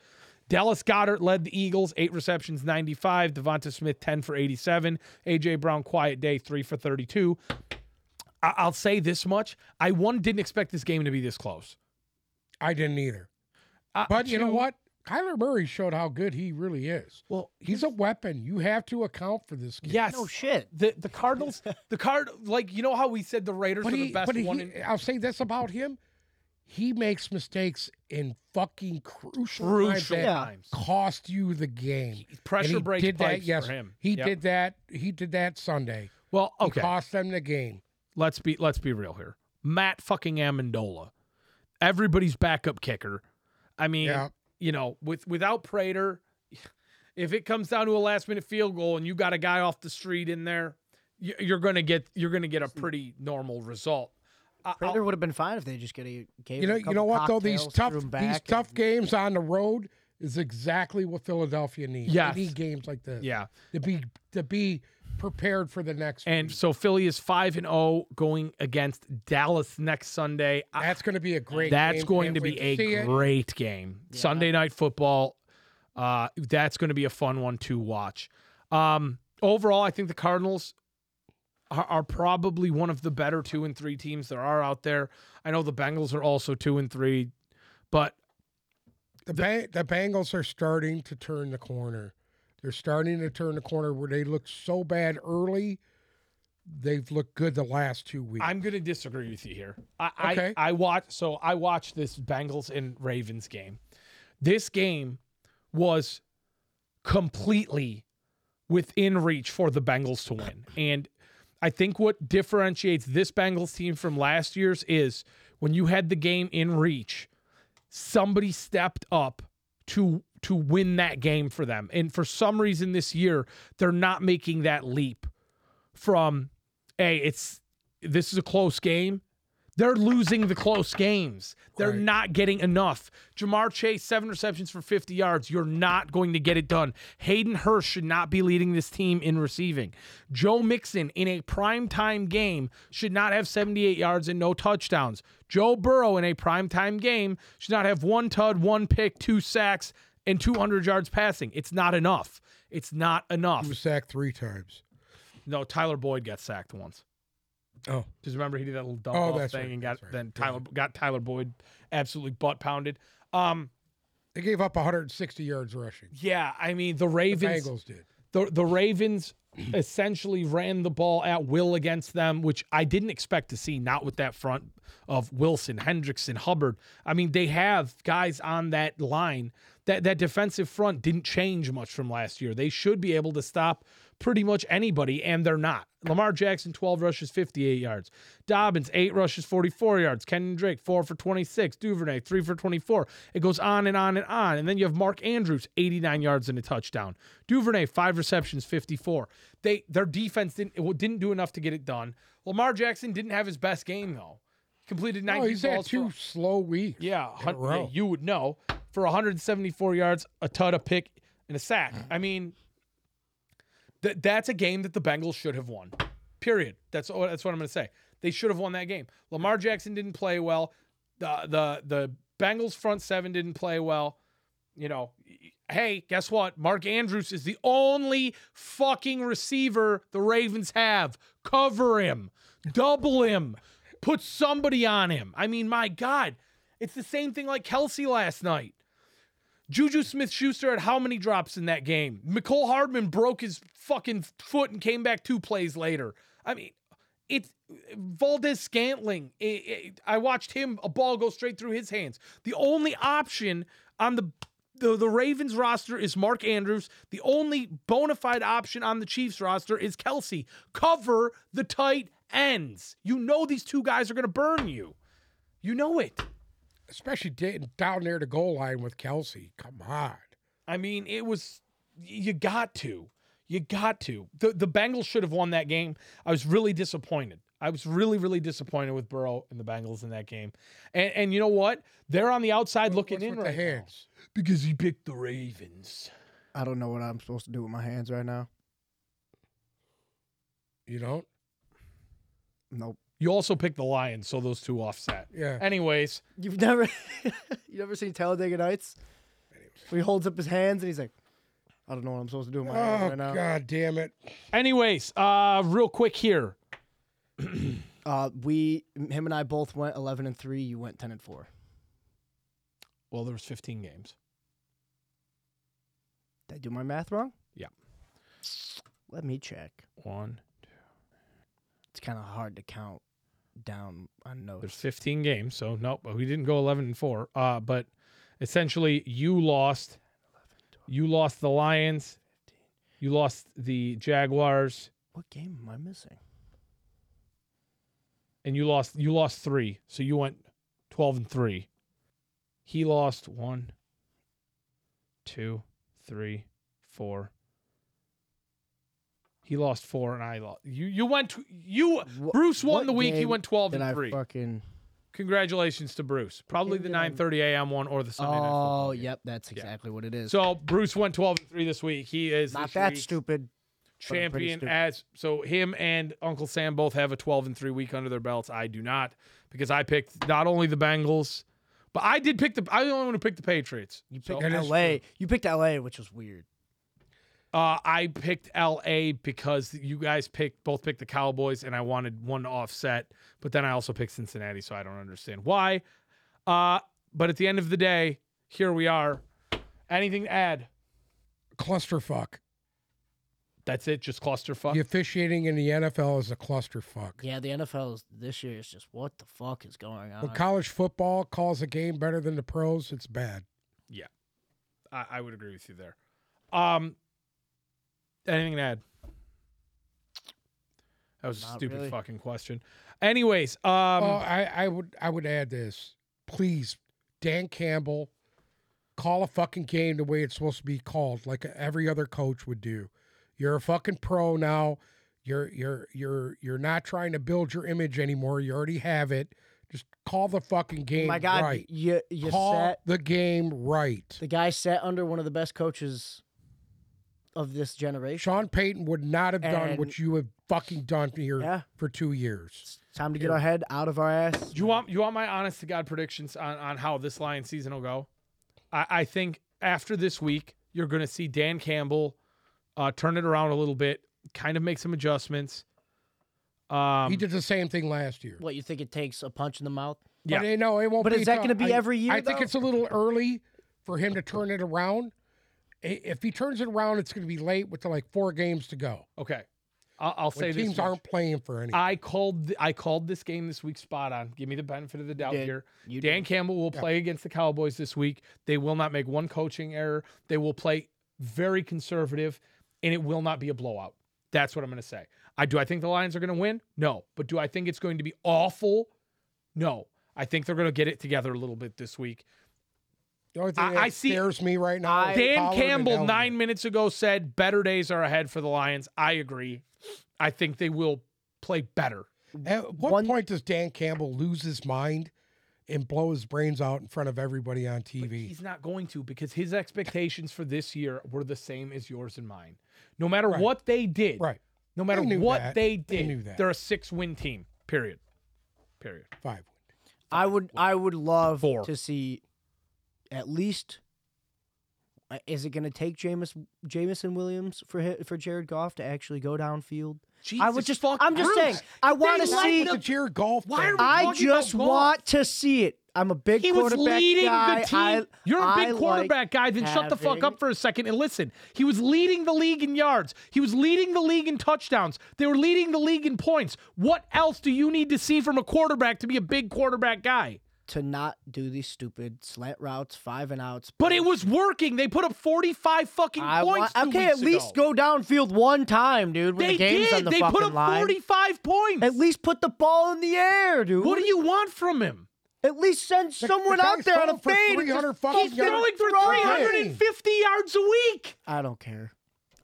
S1: Dallas Goddard led the Eagles, eight receptions, 95. Devonta Smith, 10 for 87. A.J. Brown, quiet day, three for 32. I- I'll say this much. I, one, didn't expect this game to be this close.
S2: I didn't either.
S1: Uh,
S2: But you know
S1: two-
S2: what? Kyler Murray showed how good he really is.
S1: Well,
S2: He's a weapon. You have to account for this kid.
S1: yes.
S3: No shit.
S1: the the Cardinals, the card, like you know how we said the Raiders
S2: but
S1: are
S2: he,
S1: the best
S2: but
S1: one.
S2: he-
S1: in,
S2: I'll say this about him: he makes mistakes in fucking crucial, times
S1: crucial
S2: that
S3: Yeah.
S1: times.
S2: cost you the game. And
S1: Pressure
S2: he
S1: break
S2: did that.
S1: pipes
S2: Yes,
S1: for him.
S2: he
S1: Yep.
S2: did that. He did that Sunday.
S1: Well,
S2: He
S1: okay.
S2: cost them the game.
S1: let's be let's be real here. Matt fucking Amendola, everybody's backup kicker. I mean,
S2: Yeah.
S1: you know, with without Prater, if it comes down to a last minute field goal and you got a guy off the street in there, you- you're gonna get you're gonna get a pretty normal result. I- I'll-
S3: Prater would have been fine if they just get a
S2: You
S3: gave him
S2: know.
S3: a
S2: You
S3: couple
S2: know what though? These
S3: cocktails,
S2: tough,
S3: threw him
S2: these
S3: back,
S2: tough
S3: and-
S2: games on the road is exactly what Philadelphia needs.
S1: Yes.
S2: They need games like this.
S1: yeah.
S2: To be to be prepared for the next.
S1: And
S2: week.
S1: so Philly is five and zero going against Dallas next Sunday. I-
S2: that's going to be a great.
S1: That's
S2: game.
S1: going
S2: Can't
S1: to
S2: wait
S1: be a
S2: see it.
S1: great game. Sunday night football. Uh, that's going to be a fun one to watch. Um, overall, I think the Cardinals are, are probably one of the better two and three teams there are out there. I know the Bengals are also two and three, but
S2: The, ba- the Bengals are starting to turn the corner. They're starting to turn the corner where they looked so bad early. They've looked good the last two weeks.
S1: I'm going to disagree with you here. I,
S2: Okay.
S1: I I watched so I watched this Bengals and Ravens game. This game was completely within reach for the Bengals to win. And I think what differentiates this Bengals team from last year's is when you had the game in reach, somebody stepped up to to win that game for them. And for some reason this year, they're not making that leap from hey, it's this is a close game. They're losing the close games. They're
S2: Right.
S1: not getting enough. Jamar Chase, seven receptions for 50 yards. You're not going to get it done. Hayden Hurst should not be leading this team in receiving. Joe Mixon in a primetime game should not have 78 yards and no touchdowns. Joe Burrow in a primetime game should not have one tud, one pick, two sacks, and 200 yards passing. It's not enough. It's not enough.
S2: he was sacked three times.
S1: No, Tyler Boyd got sacked once.
S2: Oh,
S1: Because remember he did that little dump
S2: Oh,
S1: off
S2: that's
S1: thing
S2: right,
S1: and got
S2: that's right,
S1: then
S2: yeah.
S1: Tyler got Tyler Boyd absolutely butt pounded. Um,
S2: they gave up 160 yards rushing.
S1: yeah, I mean the
S2: The
S1: Ravens,
S2: Bengals did.
S1: the, the Ravens essentially ran the ball at will against them, which I didn't expect to see. Not with that front of Wilson, Hendrickson, Hubbard. I mean they have guys on that line. That that defensive front didn't change much from last year. They should be able to stop pretty much anybody, and they're not. Lamar Jackson, 12 rushes, 58 yards. Dobbins, 8 rushes, 44 yards. Kenyon Drake, 4 for 26. Duvernay, 3 for 24. It goes on and on and on. And then you have Mark Andrews, 89 yards and a touchdown. Duvernay, 5 receptions, 54. They Their defense didn't, it didn't do enough to get it done. Lamar Jackson didn't have his best game, though. Completed 19
S2: Oh, he's had
S1: balls for-
S2: two slow weeks.
S1: yeah, hun- yeah,
S2: row.
S1: you would know for 174 yards, a tud, a pick, and a sack. I mean, Th- that's a game that the Bengals should have won. Period. That's all, that's what I'm going to say. They should have won that game. Lamar Jackson didn't play well. The the the Bengals front seven didn't play well. You know, hey, guess what? Mark Andrews is the only fucking receiver the Ravens have. Cover him. Double him. Put somebody on him. I mean, my god. It's the same thing like Kelsey last night. Juju Smith Schuster had how many drops in that game? Nicole Hardman broke his fucking foot and came back two plays later. I mean, it's Valdez Scantling. It, it- I watched him, a ball go straight through his hands. The only option on the, the the Ravens roster is Mark Andrews. The only bona fide option on the Chiefs roster is Kelsey. Cover the tight ends. You know these two guys are going to burn you. You know it.
S2: especially da- down near the goal line with Kelsey. Come on.
S1: I mean, it was you got to. You got to. The the Bengals should have won that game. I was really disappointed. I was really, really disappointed with Burrow and the Bengals in that game. And and you know what? They're on the outside looking
S2: What's
S1: in
S2: with
S1: right
S2: the
S1: now
S2: hands?
S1: because he picked the Ravens.
S3: I don't know what I'm supposed to do with my hands right now.
S2: You don't?
S3: Nope.
S1: You also picked the Lions, so those two offset.
S2: Yeah.
S1: Anyways,
S3: You've never, you never seen Talladega Nights? Where he holds up his hands and he's like, I don't know what I'm supposed to do with my hands
S2: Oh
S3: right now.
S2: God damn it!
S1: anyways, uh, real quick here.
S3: Uh, we, him and I both went 11 and three. You went 10 and four.
S1: Well, there was 15 games.
S3: Did I do my math wrong?
S1: Yeah.
S3: Let me check.
S1: One.
S3: It's kind of hard to count down on
S1: There's
S3: notes.
S1: 15 games, so nope, we didn't go 11 and 4. Uh, but essentially, you lost. You lost the Lions. You lost the Jaguars,
S3: What game am I missing?
S1: and you lost. You lost three, so you went 12 and three. He lost one, two, three, four. He lost four, and I lost. You you went. tw- You
S3: Wha-
S1: Uh, Bruce won
S3: what
S1: the week. He
S3: game
S1: went 12
S3: Did
S1: and
S3: I
S1: three.
S3: fucking?
S1: Congratulations to Bruce. Probably
S3: game
S1: the
S3: did I-
S1: 9:30 a.m. one or the Sunday night. Football
S3: Oh,
S1: game.
S3: yep, that's exactly what it is.
S1: So Bruce went 12 and 3 this week. He is
S3: Not
S1: this
S3: that
S1: week's
S3: stupid. pretty
S1: champion
S3: stupid.
S1: as so him and Uncle Sam both have a 12 and 3 week under their belts. I do not because I picked not only the Bengals, but I did pick the I only want to pick the Patriots.
S3: You
S1: So,
S3: picked
S2: That is
S3: L.A. You picked L.A., which was weird.
S1: uh, I picked LA because you guys picked both picked the Cowboys and I wanted one to offset, but then I also picked Cincinnati, so I don't understand why. Uh, but at the end of the day, here we are. Anything to add?
S2: Clusterfuck.
S1: That's it. Just clusterfuck.
S2: The officiating in the NFL is a clusterfuck.
S3: Yeah, the NFL is, this year is just what the fuck is going on?
S2: When college football calls a game better than the pros, it's bad.
S1: I, I would agree with you there. Um, anything to add? That was a
S3: Not
S1: stupid
S3: really.
S1: fucking question. Anyways, um,
S2: oh, I, I would I would add this. Please, Dan Campbell, call a fucking game the way it's supposed to be called, like every other coach would do. You're a fucking pro now. You're you're you're you're not trying to build your image anymore. You already have it. Just call the fucking
S3: Oh
S2: game
S3: my God,
S2: right.
S3: you you
S2: call
S3: sat
S2: the game right.
S3: the guy sat under one of the best coaches of this generation.
S2: Sean Payton would not have done
S3: And-
S2: what you have fucking done here
S3: Yeah.
S2: for two years.
S3: It's time to get our head out of our ass.
S1: do you want you want my honest to god predictions on on how this Lions season will go? I, I think after this week, you're going to see Dan Campbell uh, turn it around a little bit, kind of make some adjustments. Um,
S2: he did the same thing last year.
S3: What you think it takes a punch in the mouth?
S1: Yeah.
S2: But eh, no, it won't.
S3: But
S2: be
S3: is that gonna
S2: till-
S3: be
S2: I-
S3: every year,
S2: I think
S3: though?
S2: it's a little early for him to turn it around. I- If he turns it around, it's going to be late with like four games to go.
S1: Okay, I'll, I'll say
S2: When
S1: this
S2: teams
S1: much.
S2: aren't playing for anything.
S1: I called th- I called this game this week spot on. Give me the benefit of the doubt
S3: did.
S1: here.
S3: You
S1: Dan Campbell will play against the Cowboys this week. They will not make one coaching error. They will play very conservative, and it will not be a blowout. That's what I'm going to say. I do. I think the Lions are going to win. No, but do I think it's going to be awful? No. I think they're going to get it together a little bit this week.
S2: the only thing
S1: I-
S2: that
S1: I see-
S2: scares me right now. is
S1: Dan
S2: Pollard and
S1: Campbell
S2: Elliott.
S1: nine minutes ago said better days are ahead for the Lions. I agree. I think they will play better.
S2: At what
S3: one-
S2: point does Dan Campbell lose his mind and blow his brains out in front of everybody on
S1: But
S2: TV?
S1: He's not going to because his expectations for this year were the same as yours and mine. No matter
S2: Right.
S1: what they did,
S2: Right.
S1: no matter
S2: knew
S1: what
S2: that.
S1: they
S2: They
S1: did,
S2: knew that.
S1: they're a six-win team. Period. Period.
S2: Five.
S3: I would I would love
S1: Four.
S3: to see at least uh, is it going to take Jameis Jamison Williams for hi- for Jared Goff to actually go downfield? I would
S1: Jesus
S3: just
S1: fuck
S3: I'm just
S1: Christ.
S3: saying I want to
S1: They
S3: see
S1: let
S2: the Jared Golf.
S1: Why
S2: thing.
S1: are we
S3: I
S1: talking about
S3: just
S1: Goff.
S3: want to see it. I'm a big
S1: He was
S3: quarterback
S1: leading
S3: guy.
S1: the team.
S3: I-
S1: You're a
S3: I
S1: big
S3: like
S1: quarterback guy. Then shut the fuck
S3: having-
S1: up for a second and listen. He was leading the league in yards. He was leading the league in touchdowns. They were leading the league in points. What else do you need to see from a quarterback to be a big quarterback guy?
S3: to not do these stupid slant routes, five and outs.
S1: But it was working. They put up 45 fucking
S3: I
S1: points.
S3: want,
S1: two
S3: okay,
S1: weeks
S3: at least
S1: ago.
S3: go downfield one time, dude. When
S1: They
S3: the game's
S1: did.
S3: on the
S1: they
S3: fucking
S1: put up
S3: line.
S1: 45 points.
S3: At least put the ball in the air, dude.
S1: what do you want from him?
S3: At least send
S2: The-
S3: someone
S2: the
S3: out
S2: guy's
S3: there on
S2: throwing
S3: a
S2: for
S3: fade. and
S2: 300
S3: just
S2: fucking
S3: fucking
S2: yards.
S1: Throwing for
S3: throw it.
S1: 350 yards a week.
S3: I don't care.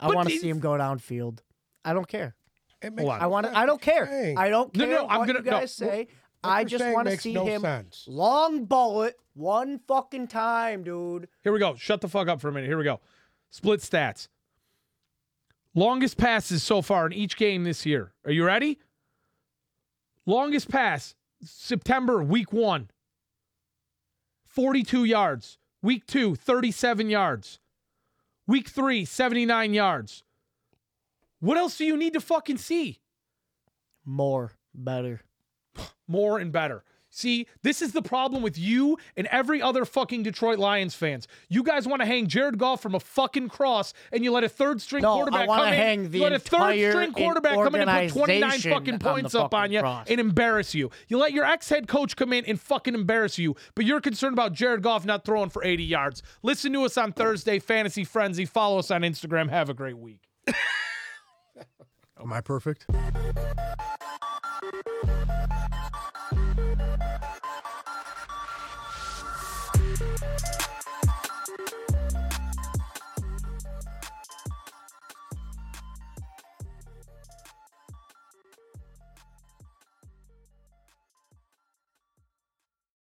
S3: I
S1: But
S3: want to
S1: these-
S3: see him go downfield. I don't care.
S2: It makes
S1: on.
S3: I want to. I don't care.
S2: Dang.
S3: I don't
S1: No,
S3: care
S1: no, I'm
S3: what
S1: gonna-
S3: you
S1: no.
S3: guys say. I
S2: you're
S3: just
S2: saying
S3: want to
S2: makes
S3: see
S2: no
S3: him
S2: sense.
S3: long ball it one fucking time, dude.
S1: Here we go. Shut the fuck up for a minute. Here we go. Split stats. Longest passes so far in each game this year. Are you ready? Longest pass, September, week one, 42 yards. Week two, 37 yards. Week three, 79 yards. What else do you need to fucking see?
S3: More, better.
S1: more and better. See, this is the problem with you and every other fucking Detroit Lions fans. You guys want to hang Jared Goff from a fucking cross, and you let a third string
S3: No, I
S1: quarterback
S3: wanna
S1: come in.
S3: hang the
S1: you let a third
S3: entire
S1: string quarterback come in and put 29
S3: organization
S1: fucking
S3: on the
S1: points up
S3: fucking
S1: on you
S3: cross.
S1: and embarrass you. You let your ex head coach come in and fucking embarrass you, but you're concerned about Jared Goff not throwing for 80 yards. Listen to us on Thursday, Fantasy Frenzy. Follow us on Instagram. Have a great week.
S4: Am I perfect?